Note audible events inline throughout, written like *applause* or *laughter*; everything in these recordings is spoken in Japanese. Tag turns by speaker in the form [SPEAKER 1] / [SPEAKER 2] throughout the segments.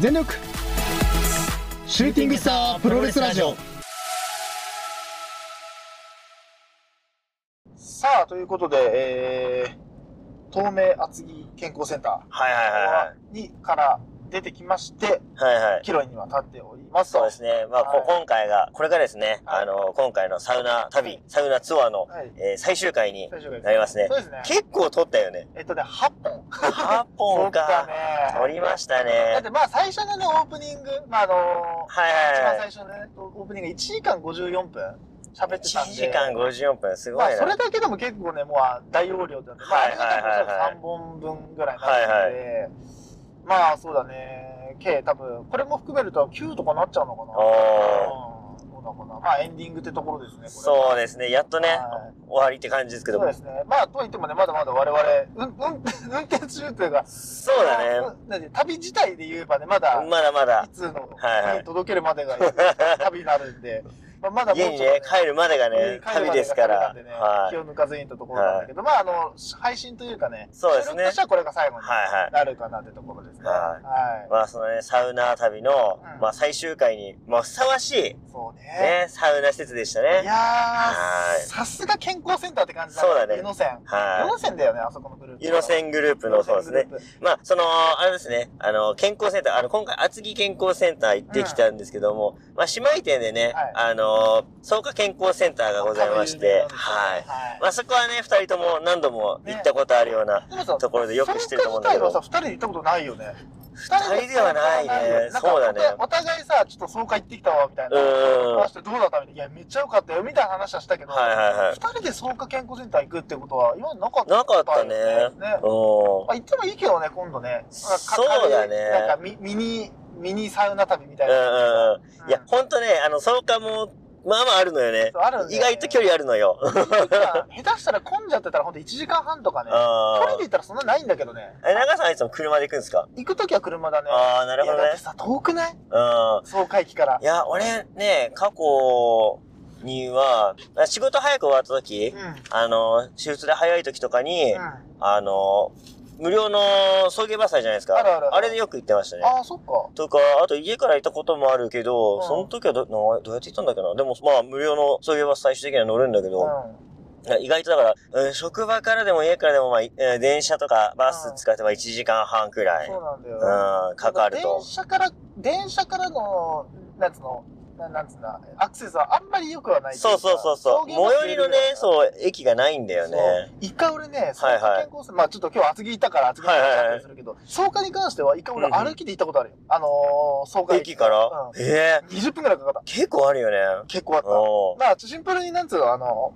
[SPEAKER 1] 全力シューティングスタープロレスラジオ
[SPEAKER 2] さあ、ということで、えー、東名厚木健康センタ
[SPEAKER 3] はいはいはいは
[SPEAKER 2] ーにから出てきまして、
[SPEAKER 3] い。はいはい。
[SPEAKER 2] キロイには立っております。
[SPEAKER 3] そうですね。まあ、こ
[SPEAKER 2] はい
[SPEAKER 3] 今回が、これがですね、
[SPEAKER 2] はい
[SPEAKER 3] あの、今回のサウナ旅、
[SPEAKER 2] はい
[SPEAKER 3] サウナツアーの、
[SPEAKER 2] はい。
[SPEAKER 3] えー最終回に
[SPEAKER 2] 大丈夫です。
[SPEAKER 3] なりますね
[SPEAKER 2] そう。ですね。
[SPEAKER 3] 結構撮ったよね。
[SPEAKER 2] えっとね、8本。
[SPEAKER 3] 8本
[SPEAKER 2] *laughs* だ
[SPEAKER 3] か。
[SPEAKER 2] ね。
[SPEAKER 3] 撮りました
[SPEAKER 2] だ
[SPEAKER 3] ね
[SPEAKER 2] っ。てまあ最初のね、オープニング、まああの
[SPEAKER 3] はい
[SPEAKER 2] ー、一
[SPEAKER 3] はい
[SPEAKER 2] 番
[SPEAKER 3] は
[SPEAKER 2] 最
[SPEAKER 3] い。
[SPEAKER 2] 初のね、オープニング1時間54分喋ってたん
[SPEAKER 3] 1
[SPEAKER 2] で。
[SPEAKER 3] 時間54分、すご
[SPEAKER 2] ま
[SPEAKER 3] い
[SPEAKER 2] あ
[SPEAKER 3] な。
[SPEAKER 2] それだけでも結構ね、もうあ大容量だね。まああ
[SPEAKER 3] はい
[SPEAKER 2] れだけでも
[SPEAKER 3] はいはいはい
[SPEAKER 2] 3本分ぐらいになるので、まあそうだね、計多分、これも含めると9とかなっちゃうのかな。
[SPEAKER 3] お
[SPEAKER 2] うんそうだかな。まあエンディングってところですね、これ
[SPEAKER 3] そうですね。やっとね、
[SPEAKER 2] はい
[SPEAKER 3] 終わりって感じですけど
[SPEAKER 2] そう
[SPEAKER 3] も
[SPEAKER 2] で。すね。まあ、とはいってもね、まだまだ我々、うん、うん、運転中というか、
[SPEAKER 3] そうだね。
[SPEAKER 2] ね。だって旅自体で言えばね、まだ、
[SPEAKER 3] まだまだ
[SPEAKER 2] い。つの、
[SPEAKER 3] はいはい
[SPEAKER 2] 家に届けるまでが旅になるんで、まあ、まだもうちょ
[SPEAKER 3] 家
[SPEAKER 2] っ
[SPEAKER 3] に
[SPEAKER 2] と
[SPEAKER 3] ね、帰るまでが
[SPEAKER 2] ね
[SPEAKER 3] ね、旅ですか
[SPEAKER 2] 帰るま
[SPEAKER 3] ら。
[SPEAKER 2] でが旅なんでね
[SPEAKER 3] はい
[SPEAKER 2] 気。を抜かずにいったところなんだけど、まあ、あの、配信というかね、
[SPEAKER 3] そうですね
[SPEAKER 2] 収録としてはこれが最後に
[SPEAKER 3] はいはい
[SPEAKER 2] なるかなってところですね。
[SPEAKER 3] はい
[SPEAKER 2] はい。
[SPEAKER 3] まあそのね、サウナ旅の、
[SPEAKER 2] うん
[SPEAKER 3] まあ最終回に、まあふさわしい、
[SPEAKER 2] そうね。
[SPEAKER 3] ね、サウナ施設でした
[SPEAKER 2] い
[SPEAKER 3] ね。
[SPEAKER 2] や
[SPEAKER 3] はい
[SPEAKER 2] ー、さすが健康センターって感じだ
[SPEAKER 3] そうだね
[SPEAKER 2] 湯野線。湯
[SPEAKER 3] は
[SPEAKER 2] 野線だよね、あそこのグループ。
[SPEAKER 3] い。ユノセングループのそうですね。
[SPEAKER 2] グループ。
[SPEAKER 3] まあ、その、あれですね、あの、健康センター、あの、今回、厚木健康センター行ってきたんですけども、まあ、姉妹店でね、
[SPEAKER 2] はい
[SPEAKER 3] あの、草加健康センターがございまして、はい。
[SPEAKER 2] はい
[SPEAKER 3] まあ、そこはね、二人とも何度も行ったことあるような、
[SPEAKER 2] でもさ、
[SPEAKER 3] ところでよく知ってると思うんだけど
[SPEAKER 2] 草加自体はさ、二人で行ったことないよね。
[SPEAKER 3] 二人ではないね。
[SPEAKER 2] んか
[SPEAKER 3] そうだね。
[SPEAKER 2] お互いさ、ちょっと爽快行ってきたわ、みたいうな。
[SPEAKER 3] ん。は
[SPEAKER 2] 話してどうだったみたいな。いや、めっちゃ良かったよ、みたいな話はしたけ
[SPEAKER 3] い
[SPEAKER 2] ど。
[SPEAKER 3] はいは
[SPEAKER 2] 二人で草加健康センター行くってことは、今までなかっ
[SPEAKER 3] い。
[SPEAKER 2] た。
[SPEAKER 3] なかったね。
[SPEAKER 2] ね。
[SPEAKER 3] うん。
[SPEAKER 2] あ、行ってもいいけどね、今度ね。
[SPEAKER 3] そうだね
[SPEAKER 2] なんかミミニ、ミニサウナ旅みたい
[SPEAKER 3] うん
[SPEAKER 2] な。
[SPEAKER 3] うんうん。いや
[SPEAKER 2] う、ん
[SPEAKER 3] ほんとね、あの、草加も、まあまああるのよね。
[SPEAKER 2] そうあるんだ
[SPEAKER 3] 意
[SPEAKER 2] よね
[SPEAKER 3] 外と距離あるのよ。うん。
[SPEAKER 2] 下手したら混んじゃってたらほんと1時間半とかね。距離で行ったらそんなないんだけどね。
[SPEAKER 3] え、長さんはいつも車で行くんですか
[SPEAKER 2] 行くときは車だね。
[SPEAKER 3] ああ、なるほど
[SPEAKER 2] いやだっ
[SPEAKER 3] ね
[SPEAKER 2] て。さ、遠くない
[SPEAKER 3] うん。
[SPEAKER 2] 爽快駅から
[SPEAKER 3] い。や、俺ね、過去には、あ仕事早く終わった時、
[SPEAKER 2] うん。
[SPEAKER 3] あの、手術で早い時とかに、
[SPEAKER 2] うん
[SPEAKER 3] あの、無料の送迎バスあるじゃないですか。
[SPEAKER 2] あるある
[SPEAKER 3] れでよく行ってましたね。
[SPEAKER 2] ああ、そっか。
[SPEAKER 3] とか、あと家から行ったこともあるけど、
[SPEAKER 2] うん
[SPEAKER 3] その時はどなどうやって行ったんだっけな。でも、まあ、無料の送迎バス最終的には乗るんだけど、
[SPEAKER 2] う
[SPEAKER 3] 意外とだから、うん職場からでも家からでも、まあ、いえー電車とかバス使ってば1時間半くら
[SPEAKER 2] ん。
[SPEAKER 3] い、
[SPEAKER 2] そうなんだよ。
[SPEAKER 3] うん、かかると
[SPEAKER 2] 電。車から、電車からの、なんつうの、ななんつうんだ、アクセスはあんまり良くはない
[SPEAKER 3] そうそうそうそう。最寄りのね、
[SPEAKER 2] う。
[SPEAKER 3] そう、駅がないんだよ
[SPEAKER 2] そう
[SPEAKER 3] ね。
[SPEAKER 2] 一回俺ね、草
[SPEAKER 3] はい
[SPEAKER 2] 加
[SPEAKER 3] はい
[SPEAKER 2] 健康センまあちょっと今日厚木行ったから厚木に行ったりするけど、草加に関しては一回俺
[SPEAKER 3] うんうん
[SPEAKER 2] 歩きで行ったことあるよ。あのー、草加
[SPEAKER 3] 駅から
[SPEAKER 2] う。
[SPEAKER 3] ええ、
[SPEAKER 2] ん。20分くらいかかった。
[SPEAKER 3] 結構あるよね。
[SPEAKER 2] 結構あった。
[SPEAKER 3] おー
[SPEAKER 2] まあ、シンプルになんつうの、あの、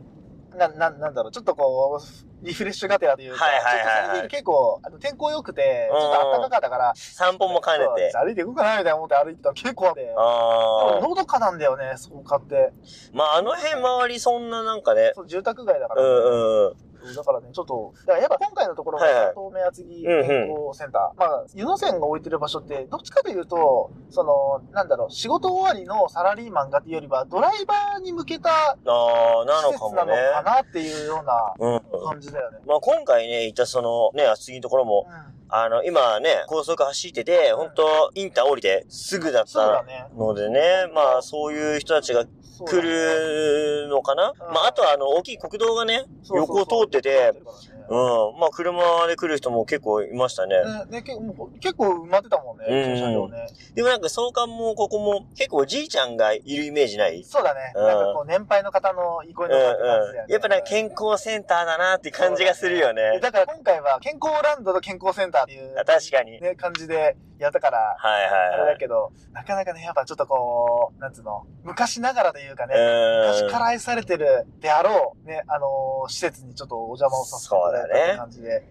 [SPEAKER 2] な、な、なんだろう、ちょっとこう、リフレッシュがてらというか、
[SPEAKER 3] はいはいはいはい
[SPEAKER 2] ちょっと最近結構、あの天候良くて、ち
[SPEAKER 3] うん
[SPEAKER 2] ょっと暖かかったから、
[SPEAKER 3] 散歩も兼ねて
[SPEAKER 2] そ。う歩いていこうかなみたいな思って歩いてたら結構あって、で
[SPEAKER 3] あ
[SPEAKER 2] も
[SPEAKER 3] あ。
[SPEAKER 2] のどかなんだよね、そこ買って。
[SPEAKER 3] まあ、あの辺周りそんななんかね、
[SPEAKER 2] そう住宅街だか
[SPEAKER 3] う
[SPEAKER 2] ら、
[SPEAKER 3] んうんうん。
[SPEAKER 2] そうだからね、ちょっと、だからやっぱ今回のところが、
[SPEAKER 3] はいはい
[SPEAKER 2] 東名厚木健康センター、まあ、湯野線が置いてる場所って、どっちかというと、その、なんだろう、仕事終わりのサラリーマンがっていうよりは、ドライバーに向けた
[SPEAKER 3] ああ、な
[SPEAKER 2] 施
[SPEAKER 3] の
[SPEAKER 2] 設
[SPEAKER 3] かも
[SPEAKER 2] なの
[SPEAKER 3] ね。
[SPEAKER 2] かなっていうような
[SPEAKER 3] うん。
[SPEAKER 2] 感じだよね。
[SPEAKER 3] まあ、今回ね、行ったその、ね、厚木のところも、
[SPEAKER 2] うん
[SPEAKER 3] あの、今ね、高速走ってて、本当インター降りてすぐだっ
[SPEAKER 2] そう
[SPEAKER 3] た
[SPEAKER 2] だね。
[SPEAKER 3] のでね、まあ、そういう人たちが
[SPEAKER 2] そうだ
[SPEAKER 3] 来
[SPEAKER 2] ね
[SPEAKER 3] るのかな
[SPEAKER 2] うん
[SPEAKER 3] まあ、あとはあの、大きい国道がね、
[SPEAKER 2] そうそうそう
[SPEAKER 3] 横を通ってて
[SPEAKER 2] 通からね
[SPEAKER 3] うん、まあ、車で来る人も結構いましたね。
[SPEAKER 2] ねね結構もう結構埋まってたもんね、
[SPEAKER 3] うん
[SPEAKER 2] 駐車場ね。
[SPEAKER 3] でもなんか、相関もここも、結構おじいちゃんがいるイメージない
[SPEAKER 2] そうだね。
[SPEAKER 3] うん
[SPEAKER 2] なんかこう、年配の方の憩
[SPEAKER 3] う
[SPEAKER 2] い
[SPEAKER 3] ん
[SPEAKER 2] の
[SPEAKER 3] うん
[SPEAKER 2] 場って感じだよね。。
[SPEAKER 3] やっぱなんか健康センターだなって感じがするよね。
[SPEAKER 2] だから今回は健康ランドと健康センターっていう、
[SPEAKER 3] あ確かに。
[SPEAKER 2] ね、感じでやったから、
[SPEAKER 3] はい
[SPEAKER 2] あ
[SPEAKER 3] はい
[SPEAKER 2] れ
[SPEAKER 3] は
[SPEAKER 2] だけど、なかなかね、やっぱちょっとこう、なんつうの、昔ながらというかね、
[SPEAKER 3] い。う
[SPEAKER 2] 昔
[SPEAKER 3] ん。
[SPEAKER 2] から愛されてるであろう、ね、あのー施設にちょっとお邪魔をさせていただいたって感じで。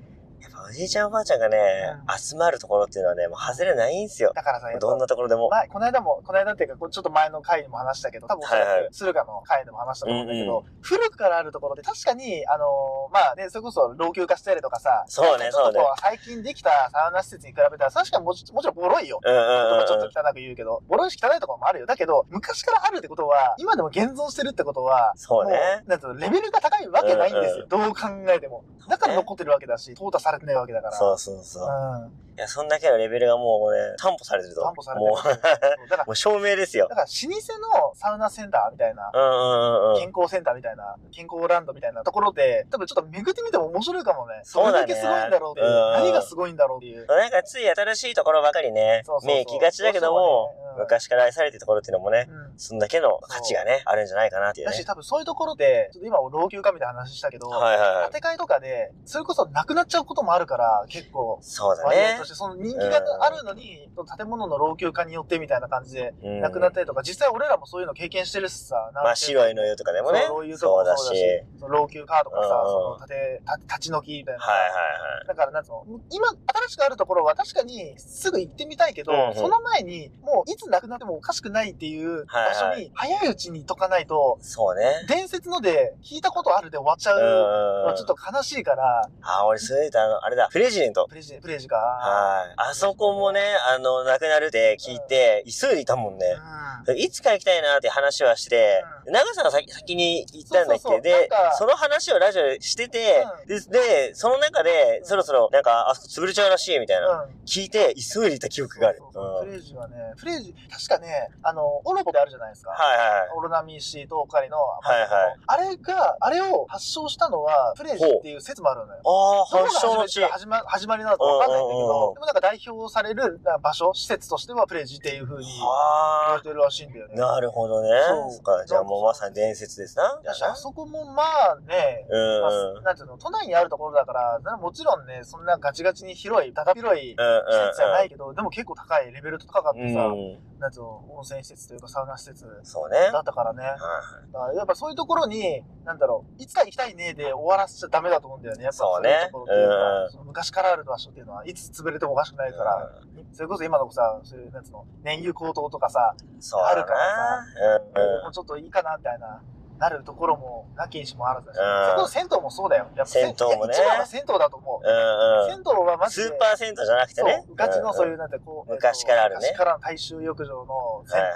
[SPEAKER 3] やっぱおじいちゃんおばあちゃんがね、
[SPEAKER 2] う
[SPEAKER 3] 集まるところっていうのはね、もう外れないんすよ。
[SPEAKER 2] だからさ、やっぱ
[SPEAKER 3] どんなところでも。
[SPEAKER 2] 前、この間も、この間っていうか、こうちょっと前の回にも話したけど、多分おそら
[SPEAKER 3] はいはい
[SPEAKER 2] く、駿河の回でも話したと思うんだけど、古くからあるところで、確かに、あのーまあね、それこそ老朽化したりとかさ、
[SPEAKER 3] そうね
[SPEAKER 2] ちょっとこ
[SPEAKER 3] そうね
[SPEAKER 2] 最近できたサウナ施設に比べたら、確かにもちもちろんボロいよ。
[SPEAKER 3] うんうんうんうん。
[SPEAKER 2] ちょっと汚く言うけど、ボロいし汚いところもあるよ。だけど、昔からあるってことは、今でも現存してるってことは、
[SPEAKER 3] そうね
[SPEAKER 2] もうなんつうの、レベルが高いわけないんですよ。どう考えても。だから残ってるわけだし、淘汰されてないわけだから。
[SPEAKER 3] そうそうそう。
[SPEAKER 2] うん。
[SPEAKER 3] いや、そんだけのレベルがもうね、担保されてると。
[SPEAKER 2] 担保されて
[SPEAKER 3] も
[SPEAKER 2] る
[SPEAKER 3] う、
[SPEAKER 2] そう。だから、
[SPEAKER 3] もう *laughs* 証明ですよ
[SPEAKER 2] だ。から老舗のサウナセンターみたいな
[SPEAKER 3] う、んうんうんうん。
[SPEAKER 2] 健康センターみたいな、健康ランドみたいなところで、多分ちょっと巡ってみても面白いかもね。
[SPEAKER 3] そう
[SPEAKER 2] れ
[SPEAKER 3] だ
[SPEAKER 2] だ
[SPEAKER 3] ね
[SPEAKER 2] けすごいんだろうっていう。
[SPEAKER 3] うん
[SPEAKER 2] 何がすごいんだろうっていう。
[SPEAKER 3] なんかつい新しいところばかりね
[SPEAKER 2] そう、そうそう
[SPEAKER 3] 目行きがちだけども
[SPEAKER 2] そうそうねう、ん
[SPEAKER 3] 昔から愛されてるところっていうのもね、
[SPEAKER 2] うん。
[SPEAKER 3] そんだけの価値がね、あるんじゃないかなっていう
[SPEAKER 2] だ
[SPEAKER 3] ね。
[SPEAKER 2] し、多分そういうところで、ちょっと今老朽化みたいな話したけど、
[SPEAKER 3] はいはいはい。
[SPEAKER 2] 建て替えとかで、それこそなくなっちゃうこともあるから、結構。
[SPEAKER 3] そうだ
[SPEAKER 2] 割合
[SPEAKER 3] ね
[SPEAKER 2] とし。て、その人気があるのに、建物の老朽化によってみたいな感じで、
[SPEAKER 3] うん
[SPEAKER 2] なくなったりとか、実際俺らもそういうの経験してるしさ、
[SPEAKER 3] まあ、白い
[SPEAKER 2] の
[SPEAKER 3] の湯とかでもね
[SPEAKER 2] そういう、とこ
[SPEAKER 3] そ
[SPEAKER 2] も
[SPEAKER 3] うだし。
[SPEAKER 2] そ
[SPEAKER 3] は
[SPEAKER 2] う
[SPEAKER 3] い
[SPEAKER 2] だしその老朽化とかさ、
[SPEAKER 3] うん
[SPEAKER 2] その建て、た立ち退きみたいな。
[SPEAKER 3] はい
[SPEAKER 2] だから、なんつうの、今、新しくあるところは確かにすぐ行ってみたいけど、
[SPEAKER 3] うんうん
[SPEAKER 2] その前に、もういつなくなってもおかしくないっていう
[SPEAKER 3] はい
[SPEAKER 2] 場所
[SPEAKER 3] はい
[SPEAKER 2] に、早いうちに行っとかないと、
[SPEAKER 3] そうね。
[SPEAKER 2] 伝説ので、聞いたことあるで終わっちゃ
[SPEAKER 3] うんう
[SPEAKER 2] う。
[SPEAKER 3] んう
[SPEAKER 2] まあ
[SPEAKER 3] ん
[SPEAKER 2] ちょっと悲しいから、
[SPEAKER 3] あ、俺、それで言うとあの、あれだ、プレジデント。
[SPEAKER 2] プレジ、プレジが。
[SPEAKER 3] はい。あそこもね、あの、なくなるって聞いて、急いでいたもんね
[SPEAKER 2] う。ん
[SPEAKER 3] いつか行きたいなって話はして、長さんが先先に行ったんだっけ
[SPEAKER 2] そうそうそうなん
[SPEAKER 3] で
[SPEAKER 2] か、
[SPEAKER 3] その話をラジオでしてて、でで、その中で、そろそろなんか、あそこ潰れちゃうらしいみたいな、
[SPEAKER 2] うん。
[SPEAKER 3] 聞いて、急いでいた記憶がある。
[SPEAKER 2] そ
[SPEAKER 3] うん
[SPEAKER 2] うそうそうプレイジはね、プレイジ、確かね、あの、オロボであるじゃないですか。
[SPEAKER 3] はいはいはい。
[SPEAKER 2] オロナミン C とオカリの、
[SPEAKER 3] いはい
[SPEAKER 2] あれが、あれを発症したのは、プレイジっていう説もあるのよ。
[SPEAKER 3] ああ、
[SPEAKER 2] どこが
[SPEAKER 3] 発祥の地。はい
[SPEAKER 2] 始ま始まりなのかわかんないんだけ
[SPEAKER 3] うんうんう
[SPEAKER 2] ど
[SPEAKER 3] ん、
[SPEAKER 2] でもなんか代表される場所、施設としてはプレイジっていう風に言わ
[SPEAKER 3] あ
[SPEAKER 2] れてるらしいんだよ
[SPEAKER 3] あ、
[SPEAKER 2] ね。
[SPEAKER 3] なるほどね。
[SPEAKER 2] そう
[SPEAKER 3] そっか、じゃあもうまさに伝説ですな。
[SPEAKER 2] だしあそこもまあね、
[SPEAKER 3] うん
[SPEAKER 2] ま
[SPEAKER 3] うん。うんう
[SPEAKER 2] あ、なんていうの、都内にあるところだから、なもちろんね、そんなガチガチに広い、ただ広い施設じゃないけど、でも結構高いレベルと高かってさ、
[SPEAKER 3] ん。うん。
[SPEAKER 2] なんていうの、温泉施設というかサウナ施設
[SPEAKER 3] そうね。
[SPEAKER 2] だったからね。
[SPEAKER 3] はい
[SPEAKER 2] だからやっぱそういうところに、なんだろう、いつか行きたいねで終わらせちゃダメだと思うんだよね。やっぱ
[SPEAKER 3] そうね
[SPEAKER 2] そういうところっていうか
[SPEAKER 3] うん
[SPEAKER 2] その昔からある場所っていうのは、いつ潰れてもおかしくないから、それこそ今のさ、そういう、なんつうの、燃油高騰とかさ、
[SPEAKER 3] そうだな
[SPEAKER 2] あるからも
[SPEAKER 3] う
[SPEAKER 2] うちょっといいかな、みたいな、なるところも、なきにしもあらずだし、
[SPEAKER 3] うん
[SPEAKER 2] そこの銭湯もそうだよ。やっぱせん
[SPEAKER 3] 銭湯もね
[SPEAKER 2] いや一番は銭湯だと思
[SPEAKER 3] ん。
[SPEAKER 2] う。
[SPEAKER 3] うん
[SPEAKER 2] 銭湯は
[SPEAKER 3] う
[SPEAKER 2] マ
[SPEAKER 3] ん。
[SPEAKER 2] ジ
[SPEAKER 3] ス
[SPEAKER 2] で、
[SPEAKER 3] ーパー銭湯じゃなくてね
[SPEAKER 2] そう、。ガチのそういうう、なんてこう、えっと
[SPEAKER 3] 昔からあるね
[SPEAKER 2] 昔からの大衆浴場の
[SPEAKER 3] ん。は
[SPEAKER 2] 銭
[SPEAKER 3] い
[SPEAKER 2] 湯。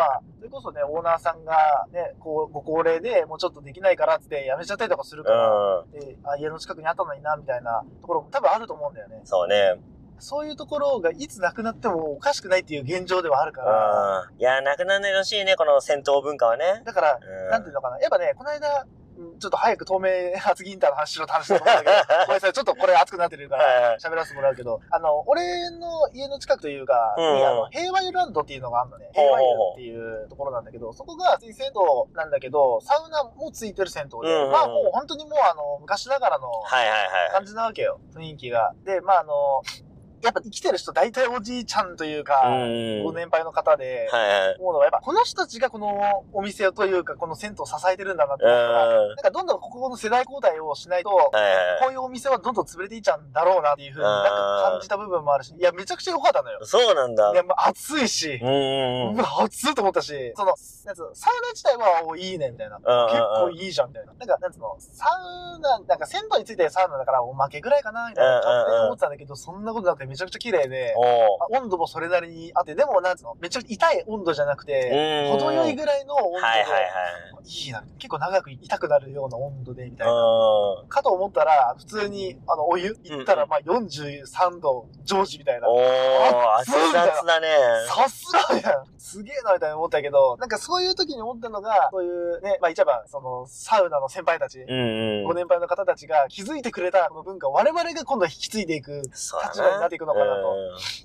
[SPEAKER 3] はいはい。
[SPEAKER 2] は、それこそね、オーナーさんがね、こう、ご高齢でもうちょっとできないからっつってやめちゃったりとかするから、
[SPEAKER 3] う
[SPEAKER 2] であ家の近くにあったのにな、みたいなところも多分あると思うんだよね
[SPEAKER 3] ん。。そうね。
[SPEAKER 2] そういうところがいつなくなってもおかしくないっていう現状ではあるから、
[SPEAKER 3] うん。いや、なくなんないでほしいね、この戦闘文化はね。
[SPEAKER 2] だから、
[SPEAKER 3] うん
[SPEAKER 2] なんていう
[SPEAKER 3] *laughs*
[SPEAKER 2] のかな、やっぱね、この間、うんちょっと早く透明発議インターの話しろって話だと思うんだけど、ごめんなさい、ちょっとこれ熱くなってるから、
[SPEAKER 3] はいはい。
[SPEAKER 2] 喋らせてもらうけど、あの、俺の家の近くというか、
[SPEAKER 3] うん
[SPEAKER 2] にあの、平和湯ランドっていうのがあるのね。
[SPEAKER 3] ほう
[SPEAKER 2] 平
[SPEAKER 3] ほう
[SPEAKER 2] 和湯っていうところなんだけど、そこが普通に銭湯なんだけど、サウナもついてる銭湯で、
[SPEAKER 3] うんうん
[SPEAKER 2] まあもう本当にもうあの、昔ながらの
[SPEAKER 3] はいはいはい。
[SPEAKER 2] 感じなわけよ、雰囲気が。で、まああの、やっぱ生きてる人大体おじいちゃんというか、
[SPEAKER 3] うん
[SPEAKER 2] ご年配の方で、
[SPEAKER 3] はいはい。
[SPEAKER 2] 思うのはやっぱこの人たちがこのお店というか、この銭湯を支えてるんだなって
[SPEAKER 3] うん。
[SPEAKER 2] 思ったから、
[SPEAKER 3] は
[SPEAKER 2] なんかどんどんここの世代交代をしないと、
[SPEAKER 3] いはい
[SPEAKER 2] こ。ういうお店はどんどん潰れていっちゃうんだろうなっていうふうになんか感じた部分もあるし、いや、めちゃくちゃ良かったのよ。
[SPEAKER 3] そうなんだ。
[SPEAKER 2] いや、まあ、暑いし
[SPEAKER 3] う、んうんうん。
[SPEAKER 2] うわ暑いと思ったし、その、なんつうの、サウナ自体は、おいいね、みたいな。
[SPEAKER 3] うんうんうん
[SPEAKER 2] 結構いいじゃん、みたいな。なんか、なんつうの、サウナ、なんか銭湯についてるサウナだからおまけぐらいかな、みたいな勝手に思ってたんだけど、そんなことなくてめちゃくちゃ綺麗で、
[SPEAKER 3] おう
[SPEAKER 2] あ温度もそれなりにあって、でもなんつうの、めちゃくちゃ痛い温度じゃなくて、
[SPEAKER 3] うん。
[SPEAKER 2] 程よいぐらいの温度で、
[SPEAKER 3] はいはいはい。
[SPEAKER 2] いいな、結構長く痛くなるような温度で、みたいな。
[SPEAKER 3] うん。
[SPEAKER 2] かと思ったら、普通に、あの、お湯行った
[SPEAKER 3] う
[SPEAKER 2] ら、
[SPEAKER 3] ん
[SPEAKER 2] まあ、43度、常時みたいな。
[SPEAKER 3] おー、熱
[SPEAKER 2] 熱いんだよ
[SPEAKER 3] 々だね。
[SPEAKER 2] さすがやんすげえな、みたいに思ったけど、なんかそういう時に思ったのが、そういうね、まあ、いちゃば、その、サウナの先輩たち、
[SPEAKER 3] うんう
[SPEAKER 2] ご
[SPEAKER 3] ん。
[SPEAKER 2] 年配の方たちが気づいてくれたこの文化を我々が今度引き継いでいく。
[SPEAKER 3] そうだ
[SPEAKER 2] 立場になっていくのかなと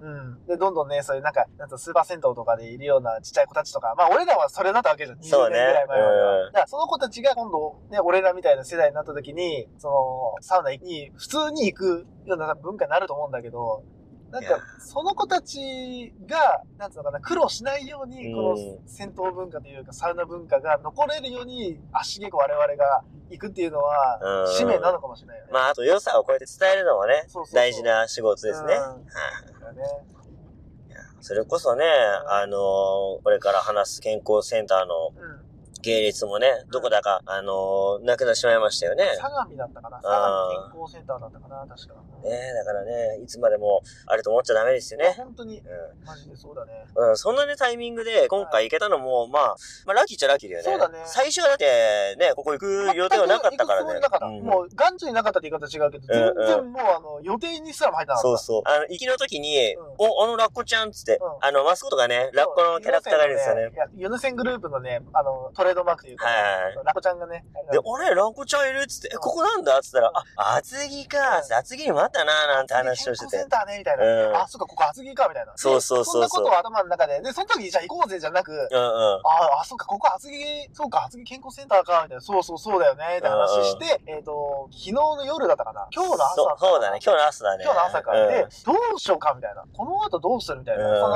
[SPEAKER 3] うん
[SPEAKER 2] うん。で、どんどんね、そういうなんか、なんかスーパー銭湯とかでいるようなちっちゃい子たちとか、まあ俺らはそれだったわけじゃん。20年
[SPEAKER 3] そう
[SPEAKER 2] ぐ
[SPEAKER 3] ね
[SPEAKER 2] らい前までは。
[SPEAKER 3] うん
[SPEAKER 2] だからその子たちが今度、ね、俺らみたいな世代になった時に、その、サウナに普通に行くような文化になると思うんだけど、なん
[SPEAKER 3] いや
[SPEAKER 2] か、その子たちが、なんつうのかな、苦労しないよう
[SPEAKER 3] う
[SPEAKER 2] に、
[SPEAKER 3] ん
[SPEAKER 2] この戦闘文化というか、サウナ文化が残れるように、足げく我々が行くっていうのは
[SPEAKER 3] う、ん
[SPEAKER 2] 使命なのかもしれないよね。
[SPEAKER 3] まあ、あと良さをこうやって伝えるのもね
[SPEAKER 2] そうそうそう、
[SPEAKER 3] 大事な仕事ですね。
[SPEAKER 2] うんだからね。
[SPEAKER 3] それこそね、あのーこれから話す健康センターの
[SPEAKER 2] うん。
[SPEAKER 3] 系列もね、どこだか、あのーなくなってしまいましたよね。
[SPEAKER 2] 相模だったかな相
[SPEAKER 3] あー
[SPEAKER 2] 模健康センターだったかな確か。
[SPEAKER 3] ねだからね、いつまでもあると思っちゃダメですよ
[SPEAKER 2] いや
[SPEAKER 3] ね。
[SPEAKER 2] 本当に、
[SPEAKER 3] うん
[SPEAKER 2] マジでそうだね。
[SPEAKER 3] うん、そんなね、タイミングで今回行けたのも、まあ、まあ、ラッキーっちゃラッキーだよね。
[SPEAKER 2] そうだね
[SPEAKER 3] 最初はだって、ね、ここ行く予定はなかったから
[SPEAKER 2] 全
[SPEAKER 3] ね
[SPEAKER 2] く行くつもりなかった。。
[SPEAKER 3] うん
[SPEAKER 2] もう、頑丈になかったって言い方違うけど、全然もう、あの、予定にすらも入ってなかった。
[SPEAKER 3] そうそう。あの、行きの時に、
[SPEAKER 2] うん
[SPEAKER 3] お、あのラッコちゃんっつって、
[SPEAKER 2] うん
[SPEAKER 3] あの、マスコットがね、ラッコのキャラクターがいるんですよね。。
[SPEAKER 2] いや、ユヌセングループのね、あの、トレードマークというか、
[SPEAKER 3] はいはい
[SPEAKER 2] ラコちゃんがね、
[SPEAKER 3] で、俺、ラッコちゃんいるっつって、え、ここなんだっつったら、あ、厚木か、つって厚木にもあったな、なんて話をして
[SPEAKER 2] セ
[SPEAKER 3] て
[SPEAKER 2] ン。ターね、みたいな。
[SPEAKER 3] うん
[SPEAKER 2] あ、そっか、ここ厚木か、みたいな。
[SPEAKER 3] そうそうそうそう
[SPEAKER 2] でそんなことを頭の中で、で、その時、じゃあ行こうぜ、じゃなく、
[SPEAKER 3] うんうん。
[SPEAKER 2] ああ、そっか、ここ厚木、そうか、厚木健康センターか、みたいな。そうそう、そうだよね、って話して、えっ、と、昨日の夜だったかな。今日の朝
[SPEAKER 3] そうそうだね、今日の朝だね。
[SPEAKER 2] 今日の朝から、
[SPEAKER 3] うん
[SPEAKER 2] で、どうしようかみたいな。この後どうするみたいな。
[SPEAKER 3] うん
[SPEAKER 2] その、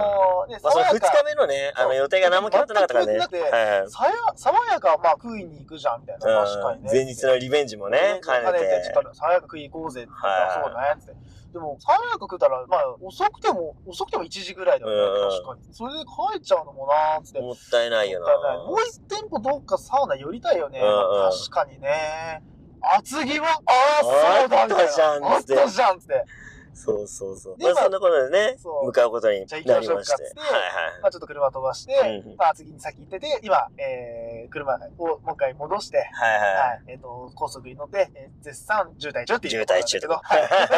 [SPEAKER 2] ね、
[SPEAKER 3] まあ、そ
[SPEAKER 2] 爽
[SPEAKER 3] の
[SPEAKER 2] や
[SPEAKER 3] 2
[SPEAKER 2] か、
[SPEAKER 3] 日目のね、あの予定が何も決まってなかったからね。
[SPEAKER 2] 全く決まって
[SPEAKER 3] はいはい
[SPEAKER 2] さや爽やかはまあ食いに行くじゃん、みたいな。確かに
[SPEAKER 3] うん
[SPEAKER 2] ね。
[SPEAKER 3] 前日のリベンジもね、兼ねて。
[SPEAKER 2] ちょっと爽やか食い行こうぜって言ったら、
[SPEAKER 3] はい
[SPEAKER 2] そうだね、つって。でも、爽やか食ったら、まあ、遅くても、遅くても1時ぐらいだよね、
[SPEAKER 3] うん
[SPEAKER 2] 確かに。それで帰っちゃうのもなーつって。
[SPEAKER 3] もったいないよ
[SPEAKER 2] もったいないもう
[SPEAKER 3] な。
[SPEAKER 2] 一店舗どっかサウナ寄りたいよね。
[SPEAKER 3] うんうん
[SPEAKER 2] まあ確かにね。厚木は、ああ、そうだ、みた
[SPEAKER 3] あ
[SPEAKER 2] いな。
[SPEAKER 3] ったじゃん
[SPEAKER 2] あ
[SPEAKER 3] つ
[SPEAKER 2] っ
[SPEAKER 3] って
[SPEAKER 2] たじゃん、つって。
[SPEAKER 3] そうそうそう。
[SPEAKER 2] で
[SPEAKER 3] まあ
[SPEAKER 2] まあ
[SPEAKER 3] そんなことでね
[SPEAKER 2] そ、う
[SPEAKER 3] 向かうことになりまして。
[SPEAKER 2] じゃあ
[SPEAKER 3] は
[SPEAKER 2] 行きましょうかっつって
[SPEAKER 3] い
[SPEAKER 2] まあちょっと車飛ばして、
[SPEAKER 3] うん
[SPEAKER 2] まあ次に先行ってて、今、えー、車をもう一回戻して、
[SPEAKER 3] はい。はい
[SPEAKER 2] は、
[SPEAKER 3] はい
[SPEAKER 2] えっ、と、高速に乗って、えー絶賛渋滞中って
[SPEAKER 3] い。
[SPEAKER 2] い
[SPEAKER 3] 渋
[SPEAKER 2] うとこ
[SPEAKER 3] 滞
[SPEAKER 2] ろなん
[SPEAKER 3] 中と
[SPEAKER 2] だけ *laughs*
[SPEAKER 3] か
[SPEAKER 2] ど。。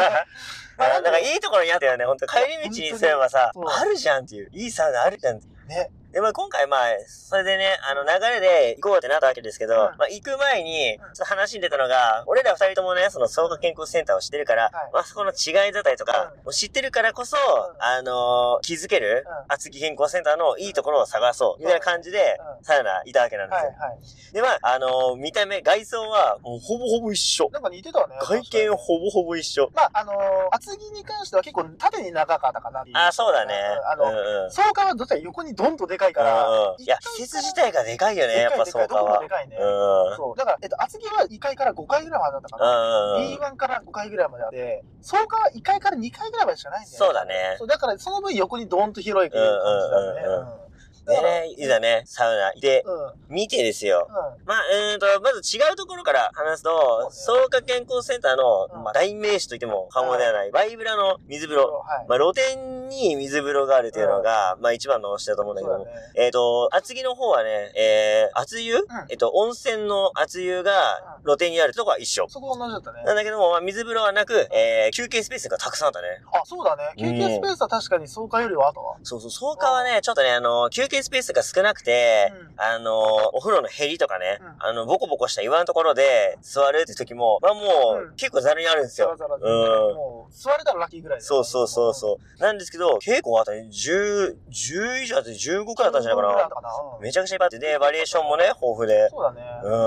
[SPEAKER 3] *laughs* あ
[SPEAKER 2] は
[SPEAKER 3] ー
[SPEAKER 2] い
[SPEAKER 3] なんかいいところにあったよね、本当帰り道にすればさ
[SPEAKER 2] 本当に、そう
[SPEAKER 3] あるじゃんっていう、いいサウナあるじゃんって。
[SPEAKER 2] ね。
[SPEAKER 3] で、まあ今回まあ、それでね、あの流れで行こうってなったわけですけど、
[SPEAKER 2] うん
[SPEAKER 3] まあ行く前に、ち
[SPEAKER 2] う
[SPEAKER 3] ょ
[SPEAKER 2] ん
[SPEAKER 3] っと話に出たのが、俺ら二人ともね、その総合健康センターを知ってるから、
[SPEAKER 2] はい
[SPEAKER 3] まあそこの違いだったりとか、
[SPEAKER 2] う
[SPEAKER 3] も
[SPEAKER 2] ん
[SPEAKER 3] う知ってるからこそ、
[SPEAKER 2] ん
[SPEAKER 3] あのー気づける、
[SPEAKER 2] うん
[SPEAKER 3] 厚木健康センターのいいところを探そう、みたいな感じで、
[SPEAKER 2] う
[SPEAKER 3] サウナいたわけなんです
[SPEAKER 2] はい、
[SPEAKER 3] よ。
[SPEAKER 2] はい。
[SPEAKER 3] で、まあ、あのー見た目、外装は、もうほぼほぼ一緒。
[SPEAKER 2] なんか似てたね。
[SPEAKER 3] 外見ほぼほぼ一緒。
[SPEAKER 2] まあ、あのー厚木に関しては結構縦に長かったかなってい
[SPEAKER 3] あ、そうだね。
[SPEAKER 2] あ
[SPEAKER 3] うん
[SPEAKER 2] の、
[SPEAKER 3] うん。
[SPEAKER 2] 創価はどっちか横にドンとでかいから、
[SPEAKER 3] うん、いや、施
[SPEAKER 2] 一
[SPEAKER 3] 設
[SPEAKER 2] 階
[SPEAKER 3] 自体がでかいよね、
[SPEAKER 2] で
[SPEAKER 3] やっ
[SPEAKER 2] かい
[SPEAKER 3] ぱ
[SPEAKER 2] で
[SPEAKER 3] そう
[SPEAKER 2] かい、ど
[SPEAKER 3] か
[SPEAKER 2] こも
[SPEAKER 3] は。
[SPEAKER 2] でかいね。
[SPEAKER 3] う
[SPEAKER 2] そう。だから、えっと、厚木は2階から5階ぐらいまでだったかな。
[SPEAKER 3] ん。うん。
[SPEAKER 2] B1 から5階ぐらいまであって、創価は1階から2階ぐらいまでしかないんだよね。
[SPEAKER 3] そうだね
[SPEAKER 2] そ。う、だからその分横にドーンと広いっていう感じだね。
[SPEAKER 3] うんうん
[SPEAKER 2] うんだから
[SPEAKER 3] ねいざね、サウナ。で、
[SPEAKER 2] うん、うん。
[SPEAKER 3] 見てですよ。まあ、うーんと、まず違うところから話すと、
[SPEAKER 2] そう
[SPEAKER 3] 草加健康センターの、
[SPEAKER 2] うん
[SPEAKER 3] まあ、代名詞と言っても過言ではない、バイブラの水風呂。
[SPEAKER 2] はい。
[SPEAKER 3] まあ、露天に水風呂があるというのが、まあ、一番の推しだと思うんだけ
[SPEAKER 2] そ
[SPEAKER 3] ど
[SPEAKER 2] う
[SPEAKER 3] も。
[SPEAKER 2] だね。
[SPEAKER 3] えっ、と、厚木の方はね、えー、厚湯、えっと、温泉の厚湯が露天にあるとこは一緒。
[SPEAKER 2] そこ同じだったね。
[SPEAKER 3] なんだけども、まあ、水風呂はなく、えー、休憩スペースがたくさんあったね。
[SPEAKER 2] あ、そうだね。休憩スペースは確かに草加よりはあったわ。
[SPEAKER 3] そうそう、草加はね、ちょっとね、あの、休憩スペースが少なくて、
[SPEAKER 2] うん
[SPEAKER 3] あの、お風呂の減りとかね、
[SPEAKER 2] うん
[SPEAKER 3] あの、ボコボコした岩のところで座るって時も、まあもう、
[SPEAKER 2] うん
[SPEAKER 3] 結構ざるにあるんです
[SPEAKER 2] ザラ
[SPEAKER 3] よ。
[SPEAKER 2] ザラで、
[SPEAKER 3] うん
[SPEAKER 2] もう、座れたらラッキーぐらいだよね
[SPEAKER 3] そうそうそうそう。なんですけど、結構あったね、10、10以上あって15くらいあったんじゃない
[SPEAKER 2] 15ぐらいあ
[SPEAKER 3] か
[SPEAKER 2] ったかな
[SPEAKER 3] な。めちゃくちゃいっぱいあって、で、バリエーションもね、豊富で。
[SPEAKER 2] そうだね。
[SPEAKER 3] うん。
[SPEAKER 2] うん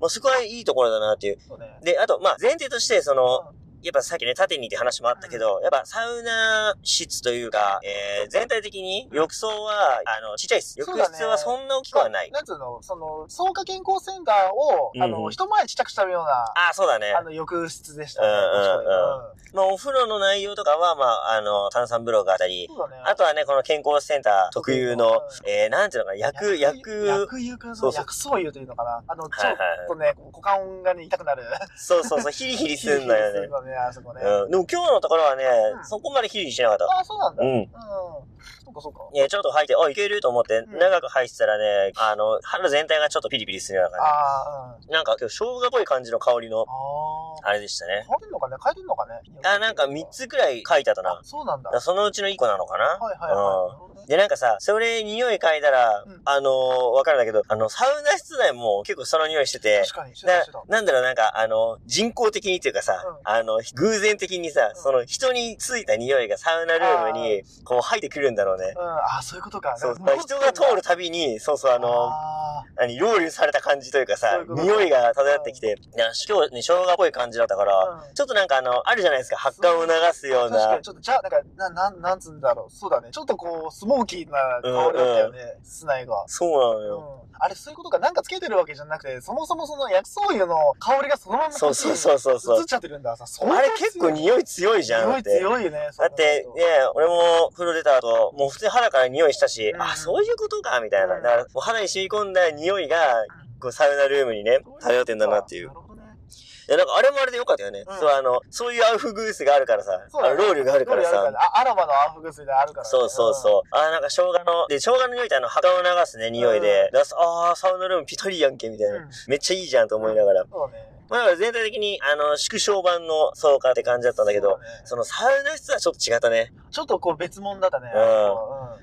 [SPEAKER 3] まあそこはいいところだなっていう。
[SPEAKER 2] そうね。
[SPEAKER 3] で、あと、まあ前提として、その、
[SPEAKER 2] うん
[SPEAKER 3] やっぱさっきね、縦にって話もあったけど、やっぱサウナ室というか、えー、全体的に浴槽は、あの、ちっちゃいです。浴
[SPEAKER 2] そうだね
[SPEAKER 3] 室はそんな大きくはない。
[SPEAKER 2] まあんつうの、その、草加健康センターを、
[SPEAKER 3] うん
[SPEAKER 2] あ
[SPEAKER 3] うん
[SPEAKER 2] の、一回りちっちゃくしたような、
[SPEAKER 3] ああ、そうだね
[SPEAKER 2] あ。の、浴室でしたね。
[SPEAKER 3] うんうんうん
[SPEAKER 2] 確か
[SPEAKER 3] まあ、お風呂の内容とかは、まあ、あの、炭酸風呂があったり
[SPEAKER 2] に、うんそうだね。
[SPEAKER 3] あとはね、この健康センター特有の、えー、なんていうのかな、薬、薬、
[SPEAKER 2] 薬湯か
[SPEAKER 3] そう
[SPEAKER 2] の
[SPEAKER 3] そう
[SPEAKER 2] 薬草湯というのかな。あの、ち
[SPEAKER 3] はいは
[SPEAKER 2] ょっ
[SPEAKER 3] いはい
[SPEAKER 2] とね、こう股間がね、痛くなる。
[SPEAKER 3] そうそうそう、ヒリヒリすんだ
[SPEAKER 2] *laughs*
[SPEAKER 3] よね。
[SPEAKER 2] そうだね、あそこね。
[SPEAKER 3] うん。でも今日のところはね、
[SPEAKER 2] うん
[SPEAKER 3] そこまでヒリヒリしなかった。
[SPEAKER 2] あ、そうなんだ。
[SPEAKER 3] う
[SPEAKER 2] うん。
[SPEAKER 3] ん。
[SPEAKER 2] そうか、そうか。
[SPEAKER 3] いや、ちょっと入って、あ、いけると思って、
[SPEAKER 2] うん
[SPEAKER 3] 長く入ってたらね、あの、肌全体がちょっとピリピリするような感じ。
[SPEAKER 2] あー、うん。
[SPEAKER 3] なんか今日生姜っぽい感じの香りの、
[SPEAKER 2] ああ。
[SPEAKER 3] あれでしたね。
[SPEAKER 2] 変えてんのかね変えてんのかね
[SPEAKER 3] あ、なんか3。つくらい書いてあったな。だ
[SPEAKER 2] あそうなん
[SPEAKER 3] か
[SPEAKER 2] だ。は
[SPEAKER 3] ら
[SPEAKER 2] い
[SPEAKER 3] そのうちの1個なのかな
[SPEAKER 2] はいはい。
[SPEAKER 3] で、なんかさ、それ匂い嗅いだら、
[SPEAKER 2] うん
[SPEAKER 3] あのーわかるんだけど、あの、サウナ室内も結構その匂いしてて、
[SPEAKER 2] 確かに、して
[SPEAKER 3] な
[SPEAKER 2] たしてた。
[SPEAKER 3] なんだろう、なんか、あの、人工的にっていうかさ、
[SPEAKER 2] うん
[SPEAKER 3] あの、偶然的にさ、
[SPEAKER 2] うん
[SPEAKER 3] その人についた匂いがサウナルームに、こう入ってくるんだろうね。
[SPEAKER 2] うん、あ、そういうことか。
[SPEAKER 3] そう、
[SPEAKER 2] な
[SPEAKER 3] だ
[SPEAKER 2] ん
[SPEAKER 3] か
[SPEAKER 2] から
[SPEAKER 3] 人が通るたびに、そうそう、あの、
[SPEAKER 2] あ
[SPEAKER 3] 何、ロールされた感じというか
[SPEAKER 2] そ
[SPEAKER 3] さ
[SPEAKER 2] ういう、こと
[SPEAKER 3] 匂いが漂ってきて、なんか今日ね、生姜っぽい感じだったから、
[SPEAKER 2] うん
[SPEAKER 3] ちょっとなんかあの、あるじゃないですか、発汗を流すよ
[SPEAKER 2] ー
[SPEAKER 3] う
[SPEAKER 2] 確か
[SPEAKER 3] な
[SPEAKER 2] に、。ちょっと、じゃあ、なんか、な、なん、なんつうんだろう。そうだね。ちょっとこう、スモーキーな香りだったよね。室内が。
[SPEAKER 3] そうなの
[SPEAKER 2] う
[SPEAKER 3] よ。
[SPEAKER 2] ん。あれ、そういうことか。なんかつけてるわけじゃなくて、そもそもその薬草油の香りがそのまま
[SPEAKER 3] そうそうそうそう
[SPEAKER 2] こっちに
[SPEAKER 3] そ
[SPEAKER 2] 移
[SPEAKER 3] う
[SPEAKER 2] っ。ちゃってるんだ。さ、そんな
[SPEAKER 3] あれ結構
[SPEAKER 2] 強い
[SPEAKER 3] 匂い強いじゃん。だ
[SPEAKER 2] 強
[SPEAKER 3] っ
[SPEAKER 2] い
[SPEAKER 3] て
[SPEAKER 2] 強いよね。
[SPEAKER 3] だって、ね、俺も風呂出た後、もう普通に肌から匂いしたし、
[SPEAKER 2] うん
[SPEAKER 3] あ、そういうことか、みたいな。
[SPEAKER 2] うん
[SPEAKER 3] だから、もう肌に染み込んだ匂いが、こうサウナルームにね、漂ってんだなっていう
[SPEAKER 2] な。るほどね。
[SPEAKER 3] いや、なんかあれもあれでよかったよね。
[SPEAKER 2] うん
[SPEAKER 3] そう、あの、そういうアウフグースがあるからさ、
[SPEAKER 2] そうだ
[SPEAKER 3] あ
[SPEAKER 2] ね
[SPEAKER 3] のロールがあるから
[SPEAKER 2] ロー
[SPEAKER 3] さ
[SPEAKER 2] ル、あ、アラバのアンフグスであるからね。
[SPEAKER 3] そうそうそう。あー、なんか生姜の、で、生姜の匂いってあの、肌を流すね、匂いで、出す、あー、サウナルームピタリやんけ、みたいな。
[SPEAKER 2] うん
[SPEAKER 3] めっちゃいいじゃんと思いながら。
[SPEAKER 2] うん。そうね。
[SPEAKER 3] まあ、だから全体的に、あの、縮小版のそうかって感じだったんだけど、
[SPEAKER 2] そう
[SPEAKER 3] そのサウナ室はちょっと違ったね。
[SPEAKER 2] ねちょっとこう別物だったね。
[SPEAKER 3] う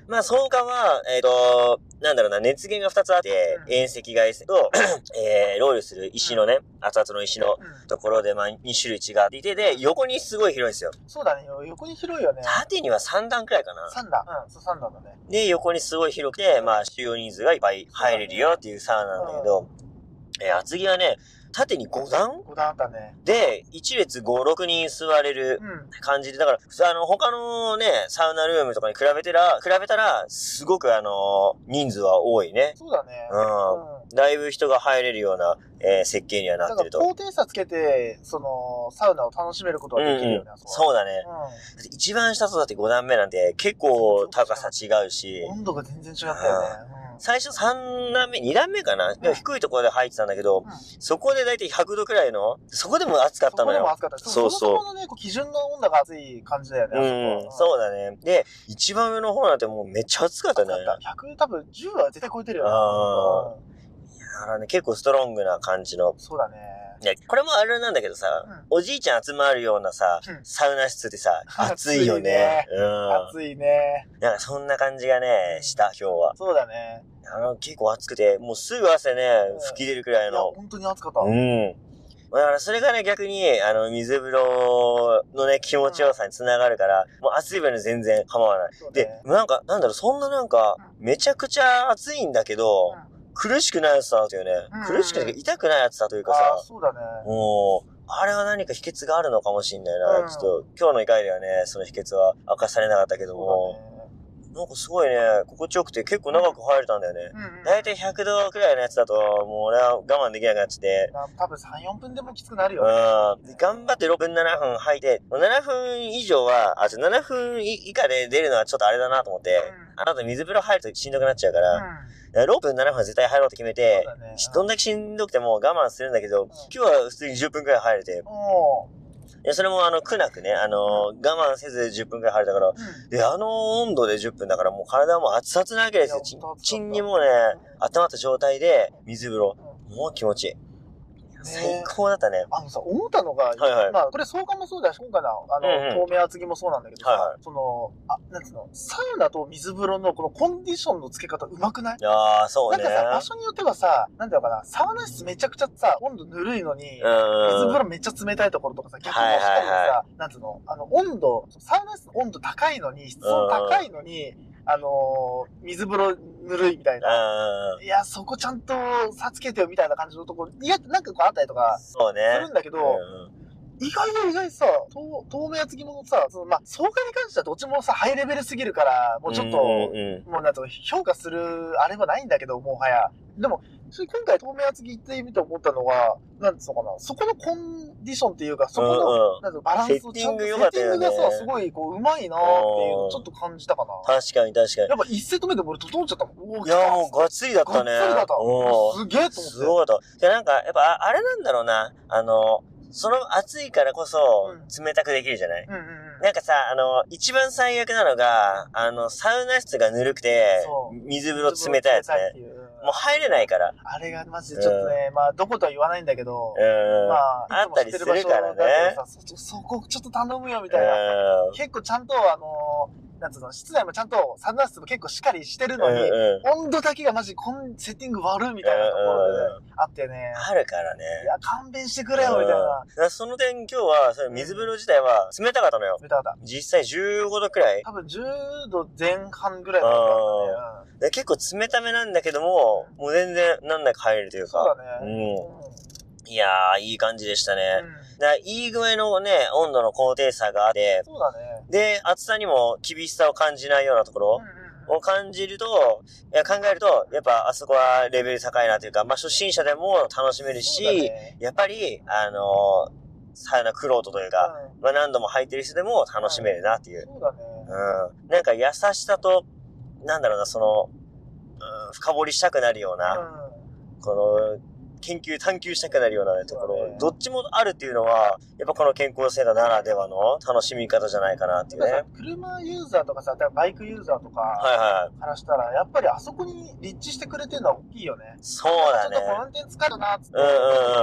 [SPEAKER 3] んまあ、そうかは、えっ、と、なんだろうな、熱源が2つあって、
[SPEAKER 2] うん
[SPEAKER 3] 遠赤外線と、 *clears throat* えー、ロールする石のね、熱々の石の
[SPEAKER 2] うんうん
[SPEAKER 3] ところで、まあ、2種類違っていて、で、横にすごい広いんですよ。
[SPEAKER 2] そうだね。横に広いよね。
[SPEAKER 3] 縦には3段くらいかな。
[SPEAKER 2] 三段。うん、そう三段だね。
[SPEAKER 3] で、横にすごい広くて、まあ、収容人数がいっぱい入れるよっていうサウナなんだけど、えー厚木はね、縦に5段
[SPEAKER 2] 五段あったね。
[SPEAKER 3] で、1列5、6人座れる
[SPEAKER 2] うん。
[SPEAKER 3] 感じで、だから、普通あの、他のね、サウナルームとかに比べてら、比べたら、すごくあの、人数は多いね。
[SPEAKER 2] そうだね。
[SPEAKER 3] うん。
[SPEAKER 2] うん
[SPEAKER 3] だいぶ人が入れるような、えー設計にはな
[SPEAKER 2] だ
[SPEAKER 3] って
[SPEAKER 2] か
[SPEAKER 3] ると。
[SPEAKER 2] ら高低差つけて、その、サウナを楽しめることができるよね。あこは
[SPEAKER 3] そうだね。だって一番下とだって5段目なんて結構高さ違うし
[SPEAKER 2] うん。、温度が全然違ったよね。うん
[SPEAKER 3] 最初3段目、2段目かな、
[SPEAKER 2] うん
[SPEAKER 3] 低いところで入ってたんだけど、
[SPEAKER 2] うん
[SPEAKER 3] そこでだいたい100度くらいの、そこでも暑かっ
[SPEAKER 2] そ
[SPEAKER 3] た
[SPEAKER 2] こ
[SPEAKER 3] の
[SPEAKER 2] でも
[SPEAKER 3] よ。
[SPEAKER 2] 暑かった。
[SPEAKER 3] そうそう
[SPEAKER 2] そもそものね、こう基準の温度が暑い感じだよね。
[SPEAKER 3] うん、そうだね。で、一番上の方なんてもうめっちゃ暑かった
[SPEAKER 2] だ
[SPEAKER 3] ね。
[SPEAKER 2] ね。100多分10は絶対超えてるよね。
[SPEAKER 3] あ
[SPEAKER 2] うん
[SPEAKER 3] あのね、結構ストロングな感じの。
[SPEAKER 2] そうだね。
[SPEAKER 3] ね、これもあれなんだけどさ、
[SPEAKER 2] うん
[SPEAKER 3] おじいちゃん集まるようなさ、
[SPEAKER 2] うん
[SPEAKER 3] サウナ室って
[SPEAKER 2] *laughs*
[SPEAKER 3] さ、暑
[SPEAKER 2] 暑いね
[SPEAKER 3] いよね。うん。
[SPEAKER 2] 暑いね。
[SPEAKER 3] なんかそんな感じがね、した、今日は。
[SPEAKER 2] そうだね。
[SPEAKER 3] あの、結構暑くて、もうすぐ汗ね
[SPEAKER 2] うん、
[SPEAKER 3] 吹き出るくらい
[SPEAKER 2] いや、
[SPEAKER 3] の。
[SPEAKER 2] 本当に暑かった。
[SPEAKER 3] うん。だからそれがね、逆に、あの、水風呂のね、気持ちよさにつながるから、もう暑い分に全然構わない。
[SPEAKER 2] そうね
[SPEAKER 3] で、なんか、なんだろう、そんななんか、めちゃくちゃ暑いんだけど、
[SPEAKER 2] うん
[SPEAKER 3] 苦しくない暑さだというね、
[SPEAKER 2] うん
[SPEAKER 3] 苦しくない、痛くない暑さというか
[SPEAKER 2] あー
[SPEAKER 3] さ、
[SPEAKER 2] そうだね。
[SPEAKER 3] もう、あれは何か秘訣があるのかもしんないな。
[SPEAKER 2] うん
[SPEAKER 3] ちょっと、今日の回ではね、その秘訣は明かされなかったけども、なんかすごいね、心地よくて結構長く入れたんだよね。
[SPEAKER 2] そうだね。うんうん
[SPEAKER 3] だいたい100度くらいのやつだと、もう俺は我慢できなくなっちゃって、
[SPEAKER 2] な多分3、4分でもきつくなるよね。
[SPEAKER 3] うん。頑張って6分7分吐いて、7分以上は、あ、じゃ7分以下で出るのはちょっとあれだなと思って、あなた水風呂入るとしんどくなっちゃうか
[SPEAKER 2] うん
[SPEAKER 3] ら、6分7分は絶対入ろうと決めて
[SPEAKER 2] そう、だね。
[SPEAKER 3] どんだけしんどくても我慢するんだけど、今日は普通に10分くらい入れて、
[SPEAKER 2] お
[SPEAKER 3] いやそれもあの苦なくね、あの我慢せず10分くらい入れたから、
[SPEAKER 2] ーうん
[SPEAKER 3] で、あの温度で10分だからもう体はもう熱々なわけですよ。
[SPEAKER 2] い
[SPEAKER 3] ち
[SPEAKER 2] や
[SPEAKER 3] ん
[SPEAKER 2] 本当
[SPEAKER 3] ちんにもうね、温まった状態で水風呂、もう気持ちいい。最高だったね。
[SPEAKER 2] あのさ、思ったのが、
[SPEAKER 3] いはい
[SPEAKER 2] まあ、これ相関もそうだし、今回の、あの、
[SPEAKER 3] うんうん
[SPEAKER 2] 透明厚木もそうなんだけどさ、
[SPEAKER 3] はいは
[SPEAKER 2] その、あ、なんつうの、サウナと水風呂のこのコンディションの付け方うまくない
[SPEAKER 3] いやー、そう
[SPEAKER 2] なん
[SPEAKER 3] ね。
[SPEAKER 2] かさ、場所によってはさ、なんていうのかな、サウナ室めちゃくちゃさ、温度ぬるいのに、水風
[SPEAKER 3] うん
[SPEAKER 2] 呂めっちゃ冷たいところとかさ、逆にし
[SPEAKER 3] はい
[SPEAKER 2] た
[SPEAKER 3] は
[SPEAKER 2] り
[SPEAKER 3] い
[SPEAKER 2] さ
[SPEAKER 3] は、
[SPEAKER 2] なんつうの、あの、温度、サウナ室の温度高いのに、室温高いのに、あのー水風呂ぬるいみたいな。
[SPEAKER 3] うん。
[SPEAKER 2] いや、そこちゃんと差つけてよみたいな感じのところ、いや、なんかこうあったりとか、
[SPEAKER 3] そうね。
[SPEAKER 2] するんだけど、
[SPEAKER 3] う
[SPEAKER 2] 意外と意外とさ、透透明厚木もさ、そのまあ、相関に関してはどっちもさ、ハイレベルすぎるから、も
[SPEAKER 3] ん
[SPEAKER 2] うちょっと、
[SPEAKER 3] うんうんうん
[SPEAKER 2] もうなんと評価するあれはないんだけど、もはや。でも、それ今回透明厚木行ってみて思ったのは、なんつうのかな、そこのコンディションっていうか、そこの、
[SPEAKER 3] うんうん
[SPEAKER 2] なんつうのバランスをちゃんと、
[SPEAKER 3] セッティング
[SPEAKER 2] セ
[SPEAKER 3] 良か
[SPEAKER 2] ッ
[SPEAKER 3] った
[SPEAKER 2] ティン
[SPEAKER 3] よ
[SPEAKER 2] グ
[SPEAKER 3] ね
[SPEAKER 2] がさ、すごいこう、うまいなーっていうの
[SPEAKER 3] う
[SPEAKER 2] を
[SPEAKER 3] ん
[SPEAKER 2] ちょっと感じたかな。
[SPEAKER 3] 確かに確かに
[SPEAKER 2] や。っぱ一セット目で俺整っちゃったもん。おー
[SPEAKER 3] いや、もう、がっつりだっ
[SPEAKER 2] 来た
[SPEAKER 3] た
[SPEAKER 2] っ
[SPEAKER 3] ね。
[SPEAKER 2] つりだった。
[SPEAKER 3] うん
[SPEAKER 2] すげえと思って。
[SPEAKER 3] すごいと。で、なんか、やっぱ、ああれなんだろうな。あの、その暑いからこそ、冷たくできるじゃない、
[SPEAKER 2] うんうんうん。
[SPEAKER 3] なんかさ、あの、一番最悪なのが、あの、サウナ室がぬるくて
[SPEAKER 2] そ、
[SPEAKER 3] 水風呂冷たいやつね
[SPEAKER 2] 冷たっていう
[SPEAKER 3] もう入れないから。
[SPEAKER 2] あれがマジでちょっとね、まあ、どことは言わないんだけど、
[SPEAKER 3] うん。
[SPEAKER 2] まあ、
[SPEAKER 3] あったりするからね
[SPEAKER 2] いつも知ってる場所だけどさそそそこちょっと頼むよみたいな。
[SPEAKER 3] うん
[SPEAKER 2] 結構ちゃんと、あのーなんつうの、室内もちゃんとサウナ室も結構しっかりしてるのに、
[SPEAKER 3] うんうん
[SPEAKER 2] 温度だけがマジこんセッティング悪いみたいなところで、ね、あってね、
[SPEAKER 3] あるからね。
[SPEAKER 2] いや、勘弁してくれよみたいな
[SPEAKER 3] うん。だからその点今日は、その水風呂自体は冷たかったのよ。
[SPEAKER 2] 見たかった。
[SPEAKER 3] 実際15度くらい。
[SPEAKER 2] 多分10度前半ぐらいだったね。うん
[SPEAKER 3] で結構冷ためなんだけども、もう全然なんだか入れるという
[SPEAKER 2] そう
[SPEAKER 3] か。
[SPEAKER 2] だ
[SPEAKER 3] う
[SPEAKER 2] ね。
[SPEAKER 3] ん。いやー、いい感じでした
[SPEAKER 2] う
[SPEAKER 3] ね。
[SPEAKER 2] ん
[SPEAKER 3] だからいい具合のね、温度の高低差があって、
[SPEAKER 2] そうだね。
[SPEAKER 3] で、暑さにも厳しさを感じないようなところ
[SPEAKER 2] うんうん
[SPEAKER 3] を感じると、いや考えると、やっぱあそこはレベル高いなというか、まあ初心者でも楽しめるし、
[SPEAKER 2] そうだね
[SPEAKER 3] やっぱり、あのーサウナ苦労とというか、
[SPEAKER 2] うん
[SPEAKER 3] まあ何度も入ってる人でも楽しめるなっていう。
[SPEAKER 2] そうだね。
[SPEAKER 3] うん。なんか優しさと、なんだろうな、その、うん、深掘りしたくなるような
[SPEAKER 2] うん
[SPEAKER 3] この、研究、探求したくなるようなねとこ
[SPEAKER 2] そうだ
[SPEAKER 3] ろ
[SPEAKER 2] ね、
[SPEAKER 3] どっちもあるっていうのは、やっぱこの健康センターならではの楽しみ方じゃないかなっていうね。はい
[SPEAKER 2] さ、車ユーザーとかさ、多分バイクユーザーとか
[SPEAKER 3] はい。
[SPEAKER 2] からしたら、やっぱりあそこに立地してくれてるのは大きいよね。
[SPEAKER 3] そうだ
[SPEAKER 2] ちょっとこ
[SPEAKER 3] ね。
[SPEAKER 2] の運転疲れたな、つって、
[SPEAKER 3] うんうん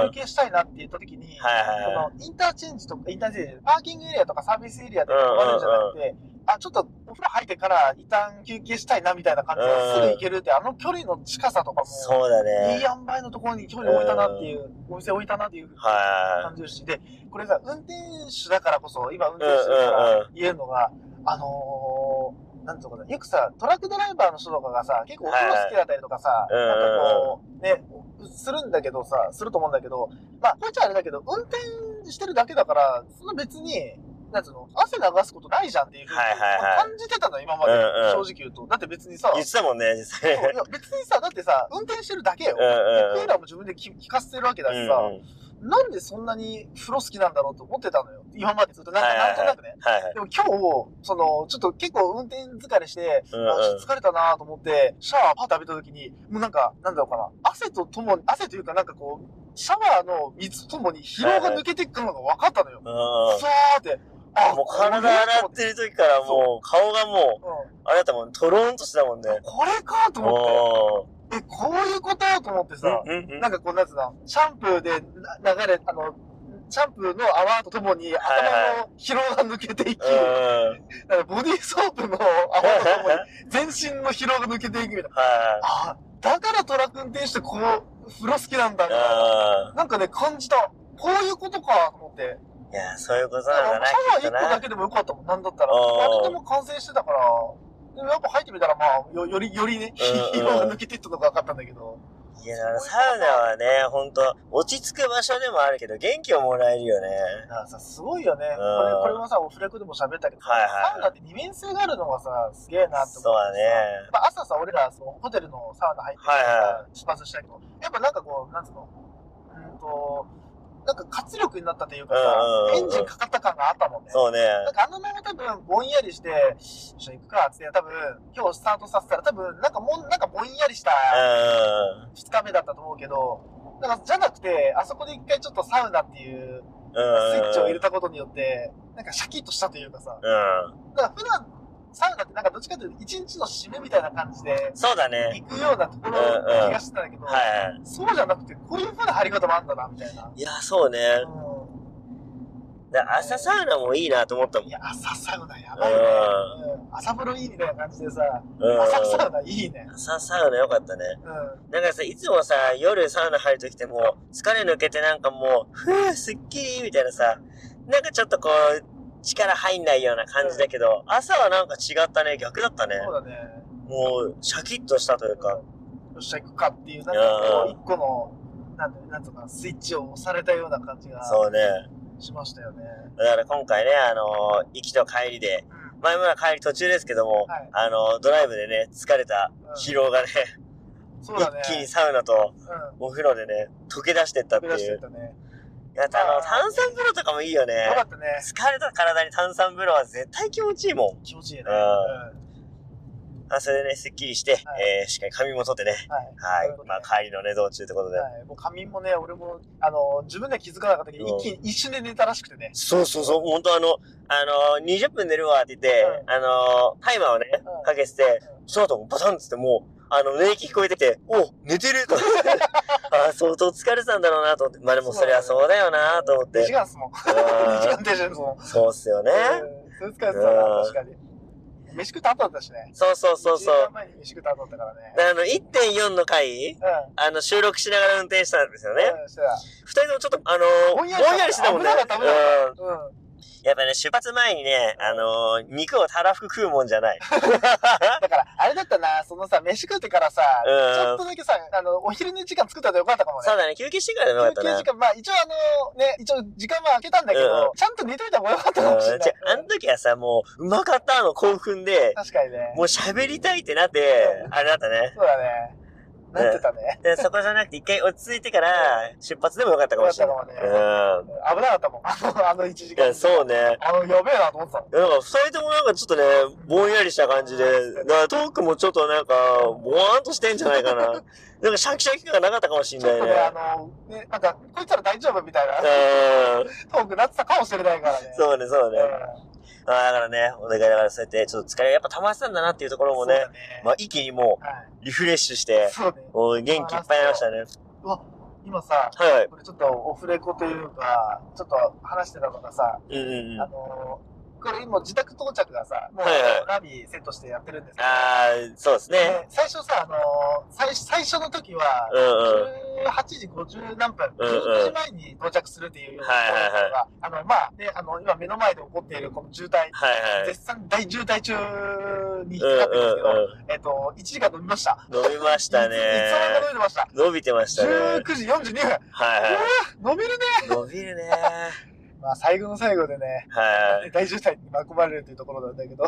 [SPEAKER 3] うん
[SPEAKER 2] 休憩したいなって言った時に、
[SPEAKER 3] はいはいはい。
[SPEAKER 2] そのインターチェンジとか、インターチェンジ、パーキングエリアとかサービスエリアで終わるんじゃなくて、あ、ちょっとお風呂入ってから一旦休憩したいなみたいな感じ
[SPEAKER 3] うん
[SPEAKER 2] ですぐ行けるって、あの距離の近さとかも、
[SPEAKER 3] そうだ
[SPEAKER 2] いい
[SPEAKER 3] ね。
[SPEAKER 2] 塩梅のところに距離置いたなっていう、お店置いたなっていう
[SPEAKER 3] は
[SPEAKER 2] 感じるし、で、これさ、運転手だからこそ、今運転手だから言えるのが、あのー、なんていうのかな、よくさ、トラックドライバーの人とかがさ、結構お風呂好きだったりとかさ、
[SPEAKER 3] はいはい
[SPEAKER 2] なんかこう、ね、するんだけどさ、すると思うんだけど、まあ、こいつはあれだけど、運転してるだけだから、その別に、なんつうの、汗流すことないじゃんっていうふうに
[SPEAKER 3] はいはいはい
[SPEAKER 2] 感じてたの、今まで、
[SPEAKER 3] うんうん
[SPEAKER 2] 正直言うと。だって別にさ、
[SPEAKER 3] い。言ってたもんね、実際。
[SPEAKER 2] そういや別にさ、だってさ、運転してるだけよ。
[SPEAKER 3] うんうんうん
[SPEAKER 2] でクーラーも自分で聞かせてるわけだ
[SPEAKER 3] う
[SPEAKER 2] し
[SPEAKER 3] ん
[SPEAKER 2] さ、
[SPEAKER 3] うん
[SPEAKER 2] なんでそんなに風呂好きなんだろうと思ってたのよ。今までずっとなんか、
[SPEAKER 3] はいはい
[SPEAKER 2] な
[SPEAKER 3] はい
[SPEAKER 2] んとなくね。
[SPEAKER 3] はいはい。
[SPEAKER 2] でも今日、その、ちょっと結構運転疲れして、
[SPEAKER 3] う
[SPEAKER 2] あ
[SPEAKER 3] んうん
[SPEAKER 2] ちょっと疲れたなと思って、シャワーパッと浴びた時に、もうなんか、なんだろうかな、汗とともに、汗というかなんかこう、シャワーの水とともに疲労が抜けていくのが分かったのよ。
[SPEAKER 3] うん
[SPEAKER 2] さーって、あ
[SPEAKER 3] もう体洗ってる時からもう顔がもう、
[SPEAKER 2] うん
[SPEAKER 3] あれだったもん、トローンとしてたもんね。
[SPEAKER 2] これかと思
[SPEAKER 3] お
[SPEAKER 2] って、え、こういうことと思ってさ、
[SPEAKER 3] ーうんうんうん
[SPEAKER 2] なんかこう、なんつうの、シャンプーでな流れ、あの、シャンプーの泡ととも
[SPEAKER 3] は
[SPEAKER 2] に
[SPEAKER 3] い
[SPEAKER 2] 頭の疲労が抜けていき、
[SPEAKER 3] うんうん
[SPEAKER 2] なんかボディーソープの泡とともに全身の疲労が抜けていくみたいな。
[SPEAKER 3] は
[SPEAKER 2] あーだからトラック運転手ってこう、風呂好きなんだ
[SPEAKER 3] い。
[SPEAKER 2] な。
[SPEAKER 3] う
[SPEAKER 2] なんかね、感じた。こういうことかと思って。
[SPEAKER 3] ん。いや、そういうこと
[SPEAKER 2] だ
[SPEAKER 3] なんだ
[SPEAKER 2] から
[SPEAKER 3] な、
[SPEAKER 2] シャワ
[SPEAKER 3] き
[SPEAKER 2] ー
[SPEAKER 3] っと
[SPEAKER 2] 1個だ
[SPEAKER 3] な。
[SPEAKER 2] けでもよかったもん、なんだったら。
[SPEAKER 3] うん
[SPEAKER 2] とても完成してたから。でもやっぱ入ってみたら、まあ、よより、よりね、
[SPEAKER 3] うん
[SPEAKER 2] 疲労が抜けていったのが分かったんだけど。
[SPEAKER 3] いや、だからサウナはね、ほんと、落ち着く場所でもあるけど、元気をもらえるよね。
[SPEAKER 2] だからさ、すごいよね。これ、これもさ、オフレコでも喋ったけど、
[SPEAKER 3] はいはいはい
[SPEAKER 2] サウナって二面性があるのがさ、すげえなって思ってさ。
[SPEAKER 3] そうだね
[SPEAKER 2] やっぱ朝さ、俺らそのホテルのサウナ入ってさ、
[SPEAKER 3] はいは
[SPEAKER 2] 出発したけど、やっぱなんかこう、なんつうの、うーんと、なんか活力になったというか
[SPEAKER 3] うんうんうんう
[SPEAKER 2] さ、
[SPEAKER 3] ん
[SPEAKER 2] エンジンかかった感があったもんね。
[SPEAKER 3] そうね。
[SPEAKER 2] なんかあのまま多分ぼんやりして、よっしゃ行くかっつって、多分今日スタートさせたら多分なんかもん、なんかぼんやりした
[SPEAKER 3] う
[SPEAKER 2] 2日目だったと思うけど、なんかじゃなくて、あそこで一回ちょっとサウナっていうん
[SPEAKER 3] うんうん。
[SPEAKER 2] スイッチを入れ
[SPEAKER 3] た。
[SPEAKER 2] たことによって、なんかシャキッとしたというかさ、
[SPEAKER 3] うん。
[SPEAKER 2] だから普段、サウナってなんかどっちかというと一日の締めみたいな感じで
[SPEAKER 3] そうだね。
[SPEAKER 2] 行くようなところの気がしてたんだけど、
[SPEAKER 3] は
[SPEAKER 2] そうじゃなくて、こういう風な入り方もあんだな、みたいな。
[SPEAKER 3] い。いや、そうね。
[SPEAKER 2] う
[SPEAKER 3] だから朝サウナもいいなと思ったもん
[SPEAKER 2] ん、い。や、朝サウナやばいね。うん、朝風呂いいみたいな感じでさ、
[SPEAKER 3] うん
[SPEAKER 2] 朝サウナいいね。
[SPEAKER 3] 朝サウナよかったね。
[SPEAKER 2] う
[SPEAKER 3] なんかさ、いつもさ、夜サウナ入るときってもう、疲れ抜けてなんかもう、ふぅ、すっきりみたいなさ、なんかちょっとこう、力入んないような感じだけど、朝はなんか違ったね、逆だったね
[SPEAKER 2] ん、。そうだね。
[SPEAKER 3] もう、シャキッとしたというか、
[SPEAKER 2] よっしゃ、行くかっていう、なんかこう、一個の、なんていうのなんつうのかな、スイッチを押されたような感じが
[SPEAKER 3] そうね。
[SPEAKER 2] しましたよね。
[SPEAKER 3] だから今回ね、あの行きと帰りで、
[SPEAKER 2] うん
[SPEAKER 3] 前村帰り途中ですけども、
[SPEAKER 2] はい
[SPEAKER 3] あのドライブでね、疲れた
[SPEAKER 2] うん
[SPEAKER 3] 疲労がね、
[SPEAKER 2] そうだね。
[SPEAKER 3] 一気にサウナと
[SPEAKER 2] うん。
[SPEAKER 3] お風呂でね、溶け出してったって
[SPEAKER 2] 飛
[SPEAKER 3] い
[SPEAKER 2] び出して
[SPEAKER 3] う
[SPEAKER 2] っ。たね。
[SPEAKER 3] いや、あの、炭酸風呂とかもいいよね。
[SPEAKER 2] よかったね。
[SPEAKER 3] 疲れた体に炭酸風呂は絶対気持ちいいも
[SPEAKER 2] 気持ちいいね。
[SPEAKER 3] うんん。あ、それでね、スッキリして、
[SPEAKER 2] はい
[SPEAKER 3] えー、しっかり髪も取ってね。
[SPEAKER 2] は
[SPEAKER 3] は
[SPEAKER 2] い。
[SPEAKER 3] い
[SPEAKER 2] そういうこ。と
[SPEAKER 3] まあ、帰りのね、道中ってことで。
[SPEAKER 2] はい、もう仮眠もね、俺も、あの、自分では気づかなかったけど、
[SPEAKER 3] うん
[SPEAKER 2] 一気に一瞬で寝たらしくてね。
[SPEAKER 3] そうそうそう、ほんとあの、あのー、20分寝るわって言って、
[SPEAKER 2] う
[SPEAKER 3] あのー、タイマーをね
[SPEAKER 2] うん、
[SPEAKER 3] かけてて
[SPEAKER 2] う、
[SPEAKER 3] その後バタンっつってもう、あの、寝息聞こえてきて、お寝てると思
[SPEAKER 2] *laughs*
[SPEAKER 3] って。あー相当疲れてたんだろうなと思って。まあでもそりゃそうだよなと思っ
[SPEAKER 2] 2時
[SPEAKER 3] て。
[SPEAKER 2] 間っすもん。2時
[SPEAKER 3] う
[SPEAKER 2] 間停車ですもん。
[SPEAKER 3] んそうっすよね。
[SPEAKER 2] うんそれ使えてたな、
[SPEAKER 3] うん
[SPEAKER 2] 確かに。飯食った後だったしね。
[SPEAKER 3] そうそうそうそ
[SPEAKER 2] 1時間
[SPEAKER 3] う。
[SPEAKER 2] 前に飯食った後だったからね。
[SPEAKER 3] であの、1.4の回、
[SPEAKER 2] うん。
[SPEAKER 3] あの、収録しながら運転したんですよね。
[SPEAKER 2] うん、してた。
[SPEAKER 3] 二人ともちょっと、あのー、
[SPEAKER 2] ぼ
[SPEAKER 3] ぼ
[SPEAKER 2] ん
[SPEAKER 3] ん
[SPEAKER 2] や
[SPEAKER 3] や
[SPEAKER 2] りした
[SPEAKER 3] りしてたもんね。
[SPEAKER 2] 危なかった危なか
[SPEAKER 3] うん
[SPEAKER 2] うん。
[SPEAKER 3] やっぱね、出発前にね、あのー、肉をたらふく食うもんじゃない。
[SPEAKER 2] だから、あれだったな、そのさ、飯食ってからさ、
[SPEAKER 3] うん
[SPEAKER 2] ちょっとだけさ、あの、お昼寝時間作ったらよかったかもね。
[SPEAKER 3] そうだね、休憩してからでもよかった
[SPEAKER 2] 休憩
[SPEAKER 3] な。
[SPEAKER 2] 時間、まあ一応あの、ね、一応時間は空けたんだけ
[SPEAKER 3] うんう
[SPEAKER 2] ど
[SPEAKER 3] ん、
[SPEAKER 2] ちゃんと寝といた方がよかったか
[SPEAKER 3] う
[SPEAKER 2] も
[SPEAKER 3] ん、
[SPEAKER 2] し
[SPEAKER 3] じ
[SPEAKER 2] れ
[SPEAKER 3] ゃ
[SPEAKER 2] ない。
[SPEAKER 3] あ、あの時はさ、もう、うまかったの興奮で、
[SPEAKER 2] 確かにね。
[SPEAKER 3] もう喋りたいってなって
[SPEAKER 2] う、
[SPEAKER 3] あれだったね。
[SPEAKER 2] そうだね。なってたね。
[SPEAKER 3] で、そこじゃなくて一回落ち着いてから、出発でもよかったかもしれない。
[SPEAKER 2] よかったか危なかったもん。 *laughs* あの、あの1時
[SPEAKER 3] うん。いや、
[SPEAKER 2] 間。
[SPEAKER 3] そうね。
[SPEAKER 2] あの、やべえなと思ってたもん。
[SPEAKER 3] いやなんか二人ともなんかちょっとね、ぼんやりした感じで、だからトークもちょっとなんか、ぼわーんとしてんじゃないかな。なんかシャキシャキ感がなかったかもしん
[SPEAKER 2] ちょ
[SPEAKER 3] な
[SPEAKER 2] っ
[SPEAKER 3] い
[SPEAKER 2] と
[SPEAKER 3] ね。
[SPEAKER 2] ね、あの、ね、なんか、こいつら大丈夫みたいな
[SPEAKER 3] うん。
[SPEAKER 2] トークなってたかもしれないからね。
[SPEAKER 3] そうね、そうね。
[SPEAKER 2] うん
[SPEAKER 3] あーだからね、お願いだからそうやって、ちょっと疲れがやっぱ溜まってたんだなっていうところ
[SPEAKER 2] そ
[SPEAKER 3] も
[SPEAKER 2] うだ
[SPEAKER 3] ね、
[SPEAKER 2] ね。
[SPEAKER 3] まあ一気にも
[SPEAKER 2] は
[SPEAKER 3] うリフレッシュし
[SPEAKER 2] い
[SPEAKER 3] て、
[SPEAKER 2] そうね。
[SPEAKER 3] もう元気いっぱいになりましたね。
[SPEAKER 2] うわ、今さ、
[SPEAKER 3] はいはい。
[SPEAKER 2] これちょっとオフレコというか、ちょっと話してたのがさ、
[SPEAKER 3] うんうんうん。
[SPEAKER 2] あ
[SPEAKER 3] あ
[SPEAKER 2] のー、これ今自宅到着がさ、もう
[SPEAKER 3] はいはい
[SPEAKER 2] ナビセットしてやってるんですけど、
[SPEAKER 3] ー、そうですね。
[SPEAKER 2] で最初さ、あのー、最最初の時は
[SPEAKER 3] う、んうん。
[SPEAKER 2] 18時50何分、
[SPEAKER 3] うんうん
[SPEAKER 2] 19時前に到着するっていうような
[SPEAKER 3] はいはいはい
[SPEAKER 2] が、あの、まあ、ね、あの、今目の前で起こっているこの渋滞、
[SPEAKER 3] はいはい。
[SPEAKER 2] 絶賛大渋滞中に引っ
[SPEAKER 3] うん
[SPEAKER 2] かかってるんですけど、
[SPEAKER 3] うん
[SPEAKER 2] えっと、1時間伸びました。
[SPEAKER 3] うん。伸びましたね
[SPEAKER 2] いついつの間にか伸びてました。
[SPEAKER 3] 伸びてましたね。はい
[SPEAKER 2] 19時42分。
[SPEAKER 3] は
[SPEAKER 2] 伸びるね。
[SPEAKER 3] い。伸びるね。
[SPEAKER 2] まあ、最後の最後でね、
[SPEAKER 3] はい。
[SPEAKER 2] 大渋滞に巻き込まれるというところなんだけど、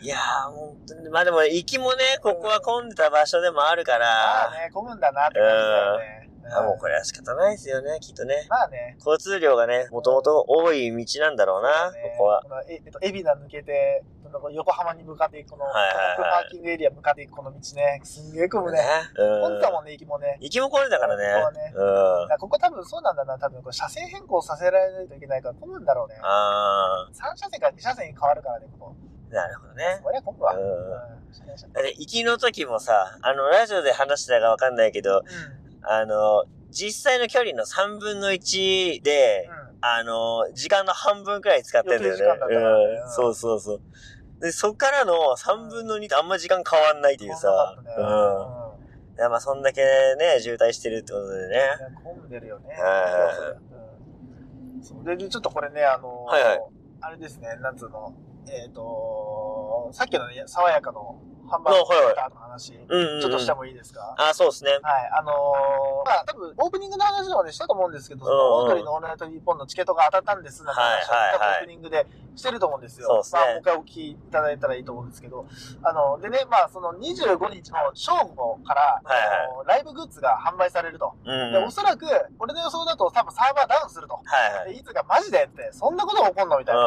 [SPEAKER 3] いやー、本当に。まあでも、行きもね、ここは混んでた場所でもあるか
[SPEAKER 2] ま
[SPEAKER 3] ら
[SPEAKER 2] あ、ね、混むんだなって感じだよね。
[SPEAKER 3] あもう
[SPEAKER 2] うん
[SPEAKER 3] これは仕方ないですよね、きっとね。
[SPEAKER 2] まあね、
[SPEAKER 3] 交通量がね、もともと多い道なんだろうな、
[SPEAKER 2] ね
[SPEAKER 3] ここは。
[SPEAKER 2] このええっと、海老名抜けて、なんかこう横浜に向かっていく、この、
[SPEAKER 3] はいはいはい
[SPEAKER 2] パーキングエリア向かっていくこの道ね、すんげえ混むね。混んでた
[SPEAKER 3] う
[SPEAKER 2] もんね、駅もね
[SPEAKER 3] ん。。行きもこれだから
[SPEAKER 2] ここは
[SPEAKER 3] ね。
[SPEAKER 2] ね
[SPEAKER 3] うん。
[SPEAKER 2] だからここ多分そうなんだな、多分これ車線変更させられないといけないから混むんだろうね。
[SPEAKER 3] あ
[SPEAKER 2] 3車線から2車線に変わるからね、ここ。
[SPEAKER 3] ー、なるほどね。
[SPEAKER 2] これは混むわ。
[SPEAKER 3] う
[SPEAKER 2] うんん。
[SPEAKER 3] だって行きの時もさ、あの、ラジオで話してたかわかんないけど、あの、実際の距離の3分の1で、あの、時間の半分くらい使ってんだよ
[SPEAKER 2] 余
[SPEAKER 3] ね
[SPEAKER 2] 計時間だったからね。
[SPEAKER 3] うん。そうそうそう。で、そっからの3分の2ってあんま時間変わんないっていうさ。
[SPEAKER 2] 混
[SPEAKER 3] う
[SPEAKER 2] ん
[SPEAKER 3] ん。
[SPEAKER 2] だね
[SPEAKER 3] だからまあそんだけね、渋滞してるってことでね。
[SPEAKER 2] うん。混んでるよね。
[SPEAKER 3] は
[SPEAKER 2] うんそれでちょっとこれね、あの、
[SPEAKER 3] はいはい
[SPEAKER 2] あれですね、なんつうの、えっ、と、さっきのね、爽やかのハンバー
[SPEAKER 3] あはいはい
[SPEAKER 2] グの話、
[SPEAKER 3] うんうん、うん。
[SPEAKER 2] ちょっとしてもいいですか、
[SPEAKER 3] あ、そうですね。
[SPEAKER 2] はい、あのーまあ、多分、オープニングの話でもね、したと思うんですけど、その、
[SPEAKER 3] うんうん
[SPEAKER 2] オードリーのオールナイトニッポンのチケットが当たったんです、なんて話を、
[SPEAKER 3] はいはいはい
[SPEAKER 2] 多分オープニングでしてると思うんですよ。
[SPEAKER 3] そうっすね
[SPEAKER 2] まあ、もう一回お聞きいただいたらいいと思うんですけど、あの、でね、まあ、その25日の正午から、
[SPEAKER 3] はいはい
[SPEAKER 2] あのライブグッズが販売されると。
[SPEAKER 3] うん、うん。
[SPEAKER 2] で、おそらく、俺の予想だと多分サーバーダウンすると。
[SPEAKER 3] はいはい。
[SPEAKER 2] でいつかマジでって、そんなことが起こんのみたいな。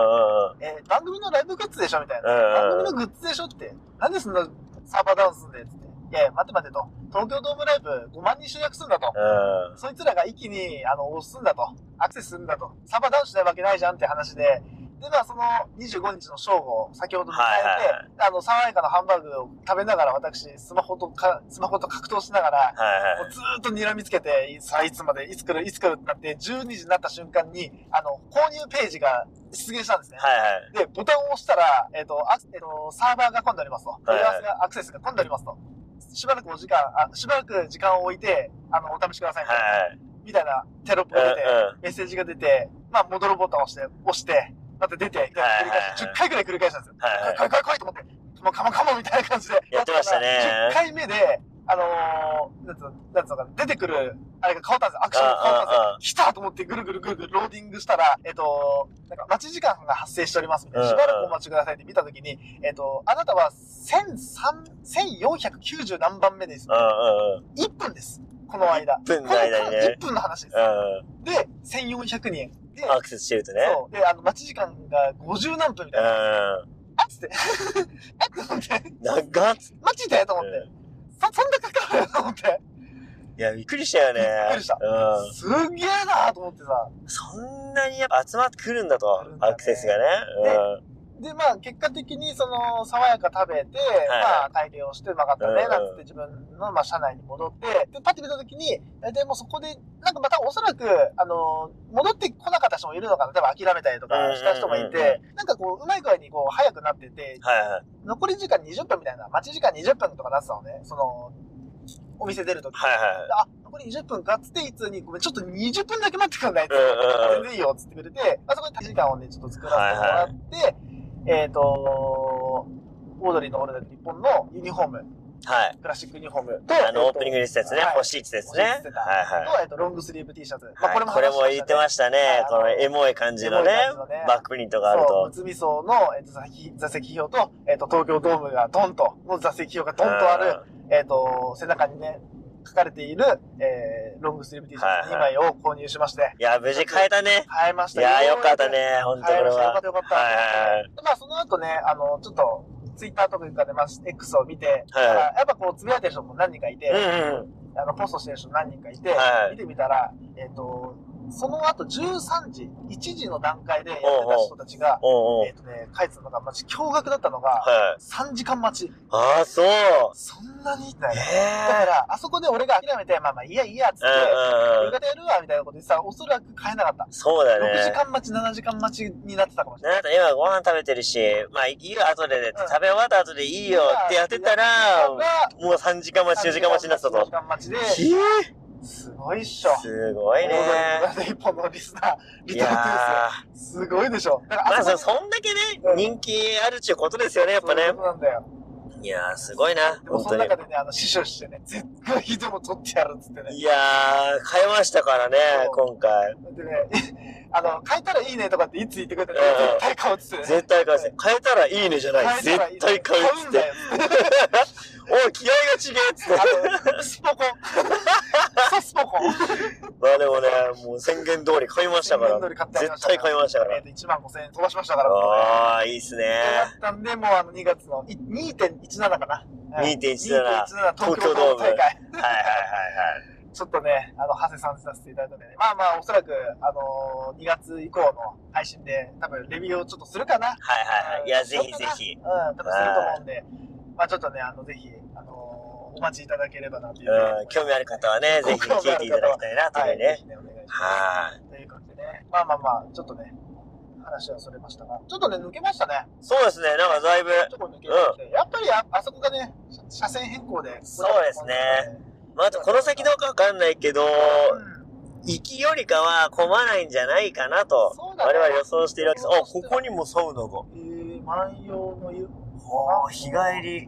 [SPEAKER 3] う
[SPEAKER 2] えー番組のライブグッズでしょみたいな。
[SPEAKER 3] うん
[SPEAKER 2] 番
[SPEAKER 3] うんうん
[SPEAKER 2] 組のグッズでしょって。なんでそんなサーバーダウンすんだよつって。いやいや、待って待ってと。東京ドームライブ5万人集約するんだと。
[SPEAKER 3] んうん。うん。
[SPEAKER 2] そいつらが一気に、あの、押すんだと。アクセスするんだと。サーバーダウンしないわけないじゃんって話で。で、まあ、その25日の正午、先ほど迎えて、
[SPEAKER 3] はいはいは
[SPEAKER 2] あの、爽やかなハンバーグを食べながら、私、スマホとか、スマホと格闘しながら、
[SPEAKER 3] はい
[SPEAKER 2] も
[SPEAKER 3] は
[SPEAKER 2] う
[SPEAKER 3] い。
[SPEAKER 2] ずーっと睨みつけて、いさあいつまで、いつ来る、いつ来るってなって、12時になった瞬間に、あの、購入ページが出現したんですね。
[SPEAKER 3] はいはい。
[SPEAKER 2] で、ボタンを押したら、えっ、と、あえっ、と、サーバーが混んでおりますと。
[SPEAKER 3] はい
[SPEAKER 2] 問い合わせが、アクセスが混んでおりますと。しばらくお時間、あしばらく時間を置いて、あの、お試しくださいみたいな、
[SPEAKER 3] はい
[SPEAKER 2] みたいなテロップが
[SPEAKER 3] はい。
[SPEAKER 2] 出て、メッセージが出て、まあ、戻るボタンを押して、押して、また出て、みたいな繰
[SPEAKER 3] はいは
[SPEAKER 2] り返し、
[SPEAKER 3] いはい
[SPEAKER 2] 10回くらい繰り返したんですよ。
[SPEAKER 3] はいはい
[SPEAKER 2] 来い来い来いと思って、もうカモンカモンみたいな感じで。
[SPEAKER 3] やってましたね
[SPEAKER 2] 10回目で、あのー、なんつうの、なんつうのかな、出てくる、あれが変わったんですよ。アクションが変わったんですよ。来たと思ってぐるぐるぐるぐるローディングしたら、えっと、なんか待ち時間が発生しておりますみた
[SPEAKER 3] うん
[SPEAKER 2] いな、し
[SPEAKER 3] うん
[SPEAKER 2] ばらくお待ちくださいって見たときに、えっと、あなたは1300 1490何番目です。
[SPEAKER 3] うんうんうん。
[SPEAKER 2] 1分です。この間。
[SPEAKER 3] 1分の間にね
[SPEAKER 2] 1分の話です。
[SPEAKER 3] う
[SPEAKER 2] で、1400人。で、
[SPEAKER 3] ん。アクセスしてるとね。
[SPEAKER 2] そう。で、あの、待ち時間が50何分み
[SPEAKER 3] う
[SPEAKER 2] たいな。
[SPEAKER 3] ん。
[SPEAKER 2] あっつって。あっつって。 *laughs*
[SPEAKER 3] 長っつって
[SPEAKER 2] マジでと思って。そ、そんなかかると思って。
[SPEAKER 3] いや、びっくりしたよね。
[SPEAKER 2] びっくりした
[SPEAKER 3] うん。
[SPEAKER 2] すんげえなと思ってさ。
[SPEAKER 3] そんなにやっぱ集まってくるんだと
[SPEAKER 2] 来るん、だね
[SPEAKER 3] アクセスがね。
[SPEAKER 2] で、まあ、結果的に、その、爽やか食べて、まあ、改良してうまかった
[SPEAKER 3] う
[SPEAKER 2] ね、
[SPEAKER 3] ん
[SPEAKER 2] なんつって自分の、まあ、車内に戻って、で、パッて見たときに、大体もうそこで、なんかまたおそらく、あの、戻ってこなかった人もいるのかな、例えば諦めたりとかした人もい
[SPEAKER 3] うんうん
[SPEAKER 2] て、なんかこう、うまい具合にこう、早くなってて
[SPEAKER 3] うん。、はいはい。
[SPEAKER 2] 残り時間20分みたいな、待ち時間20分とかなってたのね、その、お店出るとき。
[SPEAKER 3] はいはい。
[SPEAKER 2] あ、残り20分かっつって、いつに、ごめん、ちょっと20分だけ待ってくんないっつっ
[SPEAKER 3] うんうんう
[SPEAKER 2] て
[SPEAKER 3] ん
[SPEAKER 2] 全然いいよっつってくれて、まあ、そこで時間をね、ちょっと作らせてもらって、えっ、と、オードリーのオールナイト日本のユニフォーム、
[SPEAKER 3] はい。
[SPEAKER 2] クラシックユニフォームと、
[SPEAKER 3] あの、オープニングにしたやつね。
[SPEAKER 2] はい
[SPEAKER 3] 欲しいってやつね。はい
[SPEAKER 2] 欲しいってやつ
[SPEAKER 3] はい。
[SPEAKER 2] と、えっ、と、ロングスリーブ T シャツ。
[SPEAKER 3] はいこれも言ってま
[SPEAKER 2] し
[SPEAKER 3] したね。このエモい感じのね
[SPEAKER 2] エモい感じのね、
[SPEAKER 3] バックプリント
[SPEAKER 2] た
[SPEAKER 3] がある
[SPEAKER 2] そう、
[SPEAKER 3] と
[SPEAKER 2] む。つみ層の、えっと座席座席表と、えっ、と、東京ドームがドンと、の座席表がドンとある、
[SPEAKER 3] うん
[SPEAKER 2] えっ、と、背中にね、書かれている、えー、ロングスリーブ T シャツ2枚を購入しまして、
[SPEAKER 3] いや、無事買えたね。
[SPEAKER 2] 買えまし
[SPEAKER 3] い
[SPEAKER 2] た
[SPEAKER 3] や、よかった。ね。ほんとこ
[SPEAKER 2] 買
[SPEAKER 3] れ
[SPEAKER 2] えました。よか
[SPEAKER 3] は
[SPEAKER 2] っ。たよかった。
[SPEAKER 3] はいはいはい
[SPEAKER 2] でまあ、その後ね、あの、ちょっと、ツイッターとかで、まあ、X を見て、
[SPEAKER 3] はい
[SPEAKER 2] まあやっぱこう、つぶやいてる人も何人かいて、
[SPEAKER 3] うんうん。
[SPEAKER 2] あの、ポストしてる人何人かいて、
[SPEAKER 3] はい
[SPEAKER 2] 見てみたら、えっ、と、その後13時、1時の段階でやってた人たちが、
[SPEAKER 3] おうお
[SPEAKER 2] え
[SPEAKER 3] う
[SPEAKER 2] っ、とね、書いてたのが、まじ驚愕だったのが、
[SPEAKER 3] はい。
[SPEAKER 2] 3時間待ち。
[SPEAKER 3] ああ、そう。
[SPEAKER 2] そんなにいた
[SPEAKER 3] え
[SPEAKER 2] いな。だか
[SPEAKER 3] え。
[SPEAKER 2] ら、あそこで俺が諦めて、まあまあ、いいやいいや、つって、
[SPEAKER 3] うんうん
[SPEAKER 2] 夕
[SPEAKER 3] うん。
[SPEAKER 2] 方やるわ、みたいなことでさ、おそらく買えなかった。
[SPEAKER 3] そうだ
[SPEAKER 2] 6時
[SPEAKER 3] ね。
[SPEAKER 2] 間待ち、7時間待ちになってたかもしれない。
[SPEAKER 3] なんだ今ご飯食べてるし、まあいいよ、後でね、食べ終わった後でいいよってやってたら、もう3時間待ち、4時間待ちになってた
[SPEAKER 2] 4時
[SPEAKER 3] と。
[SPEAKER 2] 間待ちで、
[SPEAKER 3] ひえ
[SPEAKER 2] すごいっしょ。
[SPEAKER 3] すごいね。
[SPEAKER 2] 日本のリスナー、
[SPEAKER 3] い
[SPEAKER 2] リターンですよ。
[SPEAKER 3] やー
[SPEAKER 2] すごいでしょ。だか
[SPEAKER 3] まあ
[SPEAKER 2] ら
[SPEAKER 3] そ、
[SPEAKER 2] あ
[SPEAKER 3] そんだけね、
[SPEAKER 2] うん
[SPEAKER 3] 人気あるっちゅうことですよね、やっぱ
[SPEAKER 2] そうい
[SPEAKER 3] ね
[SPEAKER 2] うこ。となんだよ。
[SPEAKER 3] いやー、すごいな、
[SPEAKER 2] でも
[SPEAKER 3] 本
[SPEAKER 2] そ
[SPEAKER 3] 当
[SPEAKER 2] の
[SPEAKER 3] に
[SPEAKER 2] 中。でね、あの、死守してね、絶対ひでも取ってやるっつってね。
[SPEAKER 3] いやー、買えましたからね、
[SPEAKER 2] そ
[SPEAKER 3] 今回。
[SPEAKER 2] でね、あの、変えたらいいねとかっていつ言ってくれたら、
[SPEAKER 3] うん
[SPEAKER 2] 絶対買うっつってね。
[SPEAKER 3] 絶対買うっつって。変えたらいいねじゃない。
[SPEAKER 2] 変えたらいい
[SPEAKER 3] 絶対買うっつ
[SPEAKER 2] 買う
[SPEAKER 3] っ
[SPEAKER 2] ん
[SPEAKER 3] て
[SPEAKER 2] だ。よ。
[SPEAKER 3] おい、気合が違えっつって。
[SPEAKER 2] あと、スポコン。そうスポコン。
[SPEAKER 3] まあでもね、もう宣言通り買いましたから
[SPEAKER 2] 宣言通り買っ。てやりまし
[SPEAKER 3] 絶
[SPEAKER 2] た
[SPEAKER 3] 対
[SPEAKER 2] から
[SPEAKER 3] 買いましたから
[SPEAKER 2] えっ。と、1万5千円飛ばしましたから、こ
[SPEAKER 3] ああ、いいっすね
[SPEAKER 2] れ。だったんで、もうあの、2月のい2.17かな。うん
[SPEAKER 3] 2.17
[SPEAKER 2] 2.17東京ドーム大会。
[SPEAKER 3] はいはいはいはい。
[SPEAKER 2] ちょっとね、あの、長谷さんさせていただいたので、まあまあ、おそらく、あのー、2月以降の配信で、多分、レビューをちょっとするかな。
[SPEAKER 3] はいはいはい。いや、ぜひぜひ
[SPEAKER 2] うん、。多分すると思うんで、まあちょっとね、あの、ぜひ、あのー、お待ちいただければなというふうに思います。
[SPEAKER 3] うん、興味ある方はね、ぜひ聞いていただきたいな、というふうに
[SPEAKER 2] は
[SPEAKER 3] ね。
[SPEAKER 2] い、ぜひねお願いしま
[SPEAKER 3] はい。
[SPEAKER 2] す。という感じでね、まあまあまあ、ちょっとね、話はそれましたが、ちょっとね、抜けましたね。
[SPEAKER 3] そうですね、なんかだいぶ、
[SPEAKER 2] ちょっと抜けまして、やっぱりあ、あそこがね、車線変更で。
[SPEAKER 3] そうですねまああとこの先どうかわかんないけど、
[SPEAKER 2] うん。
[SPEAKER 3] 行きよりかは混まないんじゃないかなと、
[SPEAKER 2] そうだ
[SPEAKER 3] 我
[SPEAKER 2] ね
[SPEAKER 3] 々予想しているわけです。あ、ここにもサウナが。
[SPEAKER 2] えー、万葉の湯。
[SPEAKER 3] はあ、日帰り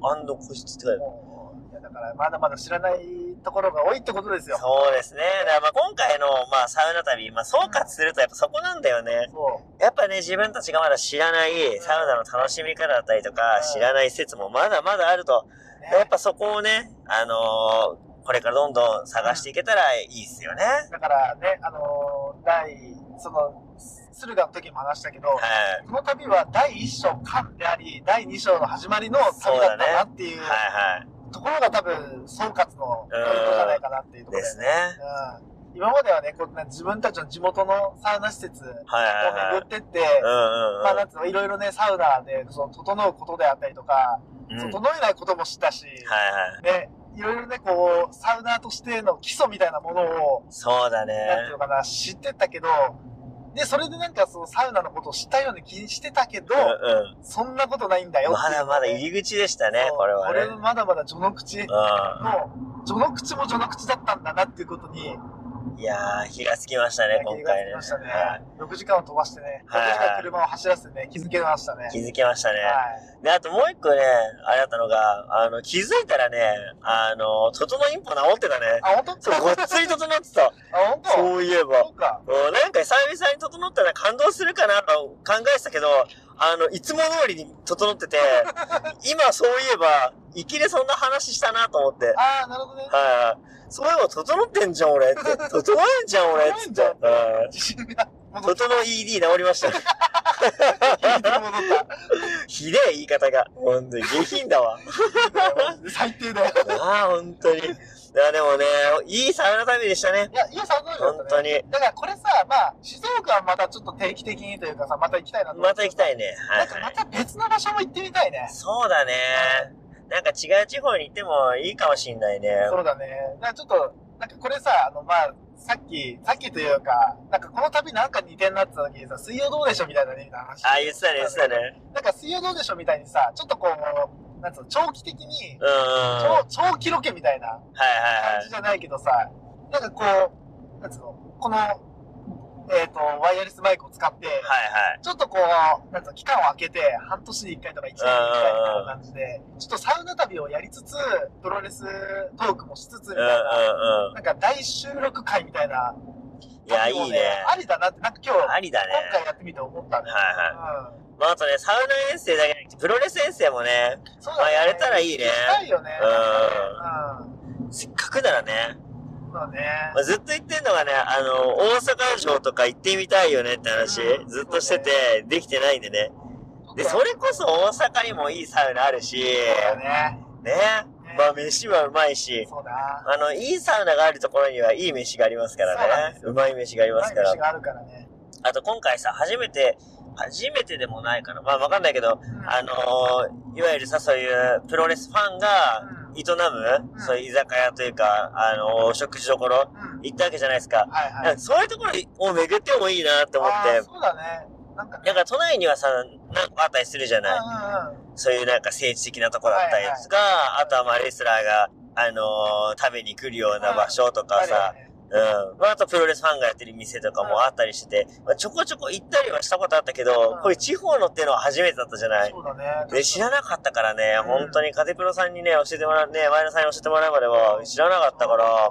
[SPEAKER 3] 個室って書いてある
[SPEAKER 2] もういやだからまだまだ知らないところが多いってことですよ。
[SPEAKER 3] そうですね。だからまあ今回のまあサウナ旅、まあ総括するとやっぱそこなんだよね。
[SPEAKER 2] そう
[SPEAKER 3] やっぱね、自分たちがまだ知らないサウナの楽しみ方だったりとか、
[SPEAKER 2] うん
[SPEAKER 3] 知らない施設もまだまだあると。
[SPEAKER 2] ね
[SPEAKER 3] やっぱそこをね、あのーこれからどんどん探していけたらいいっすよね。
[SPEAKER 2] だからね、あのー第、その、駿河の時も話したけど、
[SPEAKER 3] はい。
[SPEAKER 2] この旅は第1章完であり、第2章の始まりの旅だったなっていう
[SPEAKER 3] はいは
[SPEAKER 2] ところが多分、総括のポイントじゃないかなっていうと
[SPEAKER 3] い。
[SPEAKER 2] ころ
[SPEAKER 3] で
[SPEAKER 2] だよ
[SPEAKER 3] す
[SPEAKER 2] ね
[SPEAKER 3] ね。
[SPEAKER 2] うん、今まではね、こんな自分たちの地元のサウナ施設を
[SPEAKER 3] はいはいは
[SPEAKER 2] 巡
[SPEAKER 3] い
[SPEAKER 2] っ。てって、
[SPEAKER 3] うん
[SPEAKER 2] まあなんつうの、いろいろね、サウナで、その、整うことであったりとか、
[SPEAKER 3] うんうん。うん。はい
[SPEAKER 2] 整えないことも知ったし、
[SPEAKER 3] はい。
[SPEAKER 2] ね、いろいろね、こう、サウナーとしての基礎みたいなものを、
[SPEAKER 3] そうだね。
[SPEAKER 2] なんていうのかな、知ってたけど、で、それでなんかそのサウナのことを知ったような気にしてたけど、
[SPEAKER 3] うんうん。
[SPEAKER 2] そんなことないんだよって
[SPEAKER 3] ま
[SPEAKER 2] いう
[SPEAKER 3] だまだ入り口でしたね
[SPEAKER 2] そ、う
[SPEAKER 3] これはね。
[SPEAKER 2] これまだまだ序の口の、序の口も序の口だったんだなっていうことに、
[SPEAKER 3] うん。いやー、火がつきましたね、今
[SPEAKER 2] が
[SPEAKER 3] 回
[SPEAKER 2] つ
[SPEAKER 3] ね。
[SPEAKER 2] きましたね
[SPEAKER 3] は。
[SPEAKER 2] 6時間を飛ばしてね、6
[SPEAKER 3] はい
[SPEAKER 2] 時間車を走らせてね、気づけましたね
[SPEAKER 3] い。気。づきましたね。
[SPEAKER 2] はい。
[SPEAKER 3] で、あともう一個ね、あれだったのが、あの、気づいたらね、あの、整いんぽ治ってたね。
[SPEAKER 2] あ、本当
[SPEAKER 3] そう、ごっつい整って
[SPEAKER 2] *laughs*
[SPEAKER 3] た。
[SPEAKER 2] あ、本当
[SPEAKER 3] そういえば
[SPEAKER 2] そ。うか。
[SPEAKER 3] うんなんか久々に整ったら感動するかなと考えてたけど、あの、いつも通りに整って
[SPEAKER 2] *laughs*
[SPEAKER 3] て、今そういえば、いきりそんな話したなと思って。はい
[SPEAKER 2] ああ、なるほどね。
[SPEAKER 3] はい。そういえば整ってんじゃん俺って。整えんじゃん俺っつって。
[SPEAKER 2] 整えんじゃん *laughs*
[SPEAKER 3] うん
[SPEAKER 2] 自信が戻っ
[SPEAKER 3] 整 ED 治りました。 *laughs*
[SPEAKER 2] た。戻った。
[SPEAKER 3] ひでえ言い方が。ほんとに下品だわ。
[SPEAKER 2] 最低だよ。
[SPEAKER 3] ああ、ほんとに。いや、でもね、いいサウナ旅でしたね。
[SPEAKER 2] いや、いや、サウナだ
[SPEAKER 3] ほんと
[SPEAKER 2] よね。
[SPEAKER 3] に。
[SPEAKER 2] だからこれさ、まあ、静岡はまたちょっと定期的にというかさ、また行きたいなと思う
[SPEAKER 3] また行きたいね。は
[SPEAKER 2] ないんか
[SPEAKER 3] は
[SPEAKER 2] ま
[SPEAKER 3] い。
[SPEAKER 2] た別の場所も行ってみたいね。
[SPEAKER 3] そうだね。なんか違う地方に行ってもいいかもしんないね。
[SPEAKER 2] そうだね。だからちょっと、なんかこれさ、あの、まあ、さっき、さっきというか、なんかこの旅なんか似てんなってた時にさ、水曜どうでしょみたいなね、みたいな話。
[SPEAKER 3] ああ、言ってたね、言ってたね。。
[SPEAKER 2] なんか水曜どうでしょみたいにさ、ちょっとこう、なんつうの、長期的に、
[SPEAKER 3] うんうんうん。は
[SPEAKER 2] 長長期ロケみたいない
[SPEAKER 3] はい
[SPEAKER 2] 感
[SPEAKER 3] は
[SPEAKER 2] じ
[SPEAKER 3] い。
[SPEAKER 2] じゃないけどさ、なんかこう、なんつうの、この、えっ、と、ワイヤレスマイクを使って、
[SPEAKER 3] はい
[SPEAKER 2] ちょっとこう、なんつうの、期間を空けて、半年に一回とか一年に一回みたいな感じで、ちょっとサウナ旅をやりつつ、プロレストークもしつつみたいな、
[SPEAKER 3] はい。うんうんうん。
[SPEAKER 2] なんか大収録会みたいな、
[SPEAKER 3] いや、
[SPEAKER 2] 旅も
[SPEAKER 3] いいね。
[SPEAKER 2] ありだなって、なんか今日、
[SPEAKER 3] ありだね。
[SPEAKER 2] 今回やってみて思ったね。
[SPEAKER 3] はいはい。
[SPEAKER 2] うん
[SPEAKER 3] ままあ、あとね、サウナ遠征だけじゃなくて、プロレス遠征もね、
[SPEAKER 2] そう
[SPEAKER 3] まあ、やれたらいいね
[SPEAKER 2] 行。きたいよね。う
[SPEAKER 3] せっかくならね、
[SPEAKER 2] ん。そうだね。
[SPEAKER 3] まあ、ずっと言ってんのがね、あの、大阪城とか行ってみたいよねって話、
[SPEAKER 2] うん
[SPEAKER 3] ずっとしてて、できてないんでね。で、それこそ大阪にもいいサウナあるし、
[SPEAKER 2] そうだね。
[SPEAKER 3] ね。まあ、飯はうまいし、
[SPEAKER 2] そうだ。
[SPEAKER 3] あの、いいサウナがあるところにはいい飯がありますか
[SPEAKER 2] そうな
[SPEAKER 3] ら
[SPEAKER 2] ん
[SPEAKER 3] ね
[SPEAKER 2] で。すよ
[SPEAKER 3] うまい飯がありますから
[SPEAKER 2] 毎日。があるからね。
[SPEAKER 3] あと今回さ、初めて、初めてでもないかな。まあわかんないけど、あのーいわゆるさ、そういうプロレスファンが
[SPEAKER 2] うん
[SPEAKER 3] 営む、
[SPEAKER 2] うん
[SPEAKER 3] そういう居酒屋というか、あのー食事処
[SPEAKER 2] うん。
[SPEAKER 3] 行ったわけじゃないですか。
[SPEAKER 2] はいはい。
[SPEAKER 3] そういうところを巡ってもいいなって思っ
[SPEAKER 2] あー
[SPEAKER 3] て。
[SPEAKER 2] そうだね。なんかね。
[SPEAKER 3] だから都内にはさ、なんかあったりするじゃない。
[SPEAKER 2] うんうんうん。
[SPEAKER 3] そういうなんか政治的なとこだったりとか、あとはまあレスラーが、あのー食べに来るような場所とかさ
[SPEAKER 2] あ、るよね
[SPEAKER 3] うん。まあ、あとプロレスファンがやってる店とかもあったりしてて、まあ、ちょこちょこ行ったりはしたことあったけど
[SPEAKER 2] う、ん
[SPEAKER 3] こういう地方のっていうのは初めてだったじゃない。
[SPEAKER 2] そうだね。
[SPEAKER 3] で、知らなかったからね、
[SPEAKER 2] うん
[SPEAKER 3] 本当にカテプロさんにね、教えてもらう、ね、前田さんに教えてもらうまでは知らなかったから、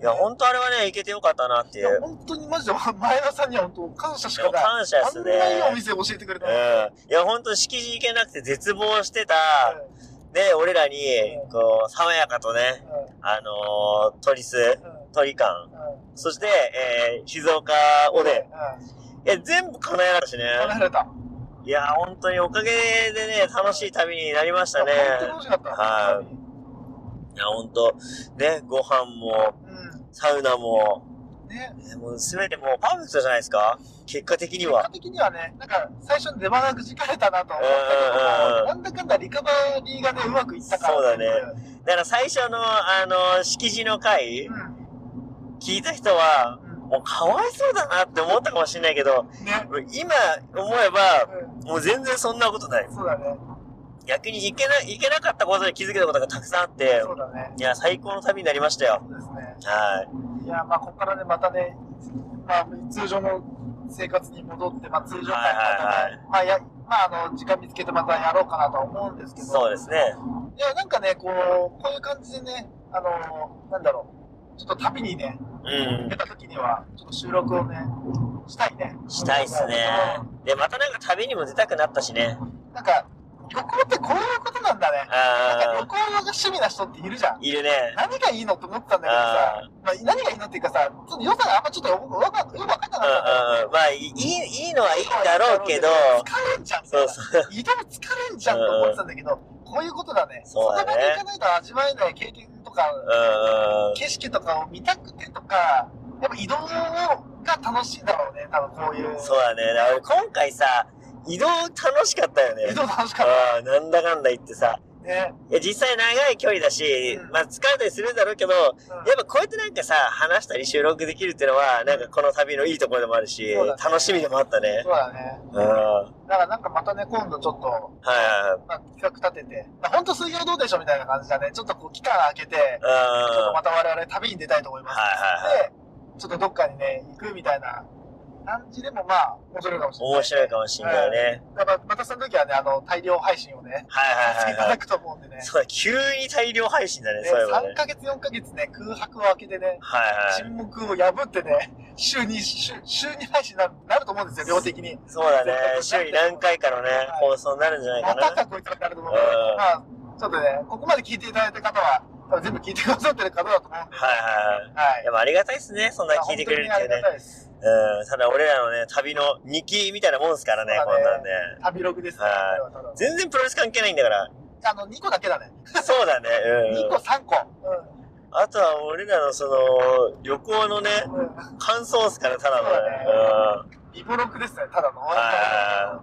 [SPEAKER 3] いや、本当あれはね、行けてよかったなって
[SPEAKER 2] い
[SPEAKER 3] い
[SPEAKER 2] や、
[SPEAKER 3] う。
[SPEAKER 2] 本当にマジで、前田さんには本当感謝し
[SPEAKER 3] で
[SPEAKER 2] か
[SPEAKER 3] も
[SPEAKER 2] ない。
[SPEAKER 3] 感謝で
[SPEAKER 2] あ
[SPEAKER 3] す
[SPEAKER 2] ん
[SPEAKER 3] ね。
[SPEAKER 2] ないいお店教えてくれた
[SPEAKER 3] うん
[SPEAKER 2] の。
[SPEAKER 3] いや、本当敷地行けなくて絶望してた、ね、俺らに、こう、爽やかとね、あのー、鳥ス、鳥感、そして、えー、静岡おでん。いや、全部叶えられたしね。
[SPEAKER 2] 離れた。
[SPEAKER 3] いや、本当におかげでね、楽しい旅になりましたね。
[SPEAKER 2] 本当に楽しかった。
[SPEAKER 3] はいいや、本当ね、ご飯も、
[SPEAKER 2] う
[SPEAKER 3] サウナも、
[SPEAKER 2] ん。ね。
[SPEAKER 3] ねもうすべてもうパーフェクトじゃないですか結果的に
[SPEAKER 2] 結果
[SPEAKER 3] は。
[SPEAKER 2] 的にはね、なんか最初に出花くじかれたなと思った
[SPEAKER 3] うんうん
[SPEAKER 2] け
[SPEAKER 3] うん
[SPEAKER 2] ど、なんだかんだリカバリーがね、うまくいったから。
[SPEAKER 3] そうだねだから最初の、あの、敷地の回
[SPEAKER 2] うん。、
[SPEAKER 3] 聞いた人は、
[SPEAKER 2] うん
[SPEAKER 3] もうかわいそうだなって思ったかもしれないけど、
[SPEAKER 2] ね。
[SPEAKER 3] 今思えば、
[SPEAKER 2] う
[SPEAKER 3] もう全然そんなことない
[SPEAKER 2] ん。。そうだね。
[SPEAKER 3] 逆に行けな、行けなかったことに気づけたことがたくさんあって
[SPEAKER 2] そ、うだね。
[SPEAKER 3] いや、最高の旅になりましたよ。
[SPEAKER 2] そうですね。
[SPEAKER 3] はい。
[SPEAKER 2] いや、まあ、ここからね、またね、まあ、通常の生活に戻って、まあ、通常会ま
[SPEAKER 3] はいはいは
[SPEAKER 2] たね、まあ、や、まあ、あの、時間見つけてまたやろうかなとは思うんですけど、
[SPEAKER 3] そうですね。
[SPEAKER 2] いや、なんかね、こう、こういう感じでね、あの、なんだろう、ちょっと旅にね、
[SPEAKER 3] うん
[SPEAKER 2] 出。た時には、ちょっと収録をね、したいね。
[SPEAKER 3] したいっすね。で、またなんか旅にも出たくなったしね。
[SPEAKER 2] うん。なんか、旅行ってこういうことなんだね。なんか旅
[SPEAKER 3] あ
[SPEAKER 2] 行が趣味な人っているじゃん
[SPEAKER 3] ー、。いるね。
[SPEAKER 2] 何がいいのって思ってたんだけど
[SPEAKER 3] あ
[SPEAKER 2] さ、まあ、何がいいのっていうかさ、ちょっと良さがあんまちょっと僕わかよく分かんなかった
[SPEAKER 3] うんうんうん。まあ、いい、いいのはいいんだろうけど、
[SPEAKER 2] 疲れんじゃんみ
[SPEAKER 3] そ
[SPEAKER 2] たいうな
[SPEAKER 3] そう。
[SPEAKER 2] 移動疲れんじゃんと思ってたんだけど、こういうことだね。
[SPEAKER 3] そうだね
[SPEAKER 2] の場に行かないと味わえない経験とか、
[SPEAKER 3] うんうん。
[SPEAKER 2] 景色とかを見たくてとか、やっぱ移動が楽しいんだろうね、多分こういう。
[SPEAKER 3] そうだね。だから俺今回さ、移動楽しかったよね。
[SPEAKER 2] 移動楽しかっ
[SPEAKER 3] ああ、なんだかんだ言ってさ。
[SPEAKER 2] たね。
[SPEAKER 3] いや、実際長い距離だし
[SPEAKER 2] う、ん
[SPEAKER 3] まあ疲れたりするんだろうけど、やっ
[SPEAKER 2] うん
[SPEAKER 3] ぱこうやってなんかさ、話したり収録できるっていうのは、なんかこの旅のいいところでもあるし
[SPEAKER 2] そうだ、ね
[SPEAKER 3] 楽しみでもあったね
[SPEAKER 2] そ。うだね。
[SPEAKER 3] うん。は
[SPEAKER 2] だからなんかまたね、今度ちょっと、
[SPEAKER 3] いはい
[SPEAKER 2] まあ、企画立てて、まあ、ほんと水曜どうでしょうみたいな感じだね。ちょっとこう期間空けて、ちょっ
[SPEAKER 3] はい。
[SPEAKER 2] と
[SPEAKER 3] うん。
[SPEAKER 2] また我々旅に出たいと思います。
[SPEAKER 3] はいはい
[SPEAKER 2] で、ちょっとどっかにね、行くみたいな感じでもまあ、面白いかもしれない。
[SPEAKER 3] 面白いかもしんないね。
[SPEAKER 2] だからまたその時はね、あの、大量配信をね、
[SPEAKER 3] はい
[SPEAKER 2] し
[SPEAKER 3] は
[SPEAKER 2] てい
[SPEAKER 3] いは
[SPEAKER 2] た
[SPEAKER 3] いは
[SPEAKER 2] だ
[SPEAKER 3] い。
[SPEAKER 2] くと思うんでね。
[SPEAKER 3] そうだ、急に大量配信だね、
[SPEAKER 2] ね
[SPEAKER 3] そういえばね
[SPEAKER 2] 3。ヶ月、4ヶ月ね、空白を空けてね、
[SPEAKER 3] はいはい。
[SPEAKER 2] 沈黙を破ってね、週に、週週に配信になるなると思うんですよ、量的に。
[SPEAKER 3] そうだね。週に何回かのね、
[SPEAKER 2] はい
[SPEAKER 3] 放送になるんじゃないか
[SPEAKER 2] ま
[SPEAKER 3] な。
[SPEAKER 2] たかこいつらになると思う。
[SPEAKER 3] うん
[SPEAKER 2] まあ、ちょっとね、ここまで聞いていただいた方は、多分全部聞いてくださってる方だと思うんで。
[SPEAKER 3] はいはいはい。
[SPEAKER 2] はい
[SPEAKER 3] で。もありがたいですね。そんなに聞いてくれるっていう
[SPEAKER 2] まあ本当にありが
[SPEAKER 3] ね
[SPEAKER 2] た。いです。
[SPEAKER 3] うん。ただ俺らのね、旅の日記みたいなもんですからね、
[SPEAKER 2] そう
[SPEAKER 3] こんな
[SPEAKER 2] だ
[SPEAKER 3] ん
[SPEAKER 2] ね
[SPEAKER 3] ね。
[SPEAKER 2] 旅ログですね。
[SPEAKER 3] はい
[SPEAKER 2] これは
[SPEAKER 3] 全然プロレス関係ないんだから。
[SPEAKER 2] ただあの、2個だけだね。
[SPEAKER 3] そうだね。
[SPEAKER 2] 2
[SPEAKER 3] う
[SPEAKER 2] 個、
[SPEAKER 3] ん。
[SPEAKER 2] 3個。
[SPEAKER 3] あとは俺らのその、旅行のね、
[SPEAKER 2] うん。うん
[SPEAKER 3] 感想っすから、ただの
[SPEAKER 2] そうだね
[SPEAKER 3] ね。
[SPEAKER 2] リボロクですね、ただの。
[SPEAKER 3] いは
[SPEAKER 2] ね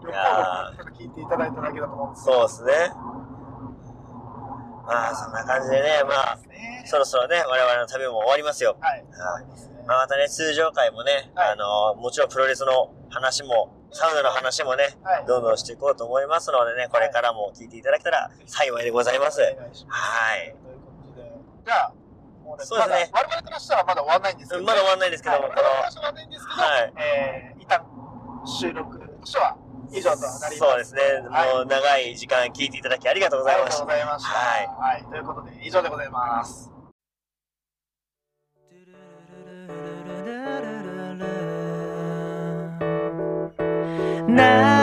[SPEAKER 2] 旅行録聞いていただいただけだと思うん
[SPEAKER 3] うん。
[SPEAKER 2] です
[SPEAKER 3] そうっすね。まあ、そんな感じでね、まあ、
[SPEAKER 2] ね。
[SPEAKER 3] そろそろね、我々の旅も終わりますよ。
[SPEAKER 2] はい。
[SPEAKER 3] は
[SPEAKER 2] 思いますね
[SPEAKER 3] まあ、またね、通常回もね、
[SPEAKER 2] はい
[SPEAKER 3] あのもちろんプロレスの話も、サウナの話もね、
[SPEAKER 2] はい。
[SPEAKER 3] どんどんしていこうと思いますのでね、これからも聞いていただけたら幸いでございます。
[SPEAKER 2] お願いします
[SPEAKER 3] はい。
[SPEAKER 2] ということで、じゃあ、もうね、
[SPEAKER 3] そうですね
[SPEAKER 2] まだ我々からしたらまだ終わらないんですけどね、
[SPEAKER 3] まだ終わんないですけども、
[SPEAKER 2] はい
[SPEAKER 3] こ
[SPEAKER 2] 我々から
[SPEAKER 3] の、
[SPEAKER 2] したら終わらないんですけど、
[SPEAKER 3] はい
[SPEAKER 2] えー、一旦収録としては以上となります。
[SPEAKER 3] そうですね、
[SPEAKER 2] はい
[SPEAKER 3] もう長い時間聞いていただきありがとうござ
[SPEAKER 2] あ
[SPEAKER 3] い
[SPEAKER 2] りが
[SPEAKER 3] まし
[SPEAKER 2] とう
[SPEAKER 3] た
[SPEAKER 2] ご。ざいました。
[SPEAKER 3] は
[SPEAKER 2] はい。ということで、以上でございます。
[SPEAKER 4] Thank な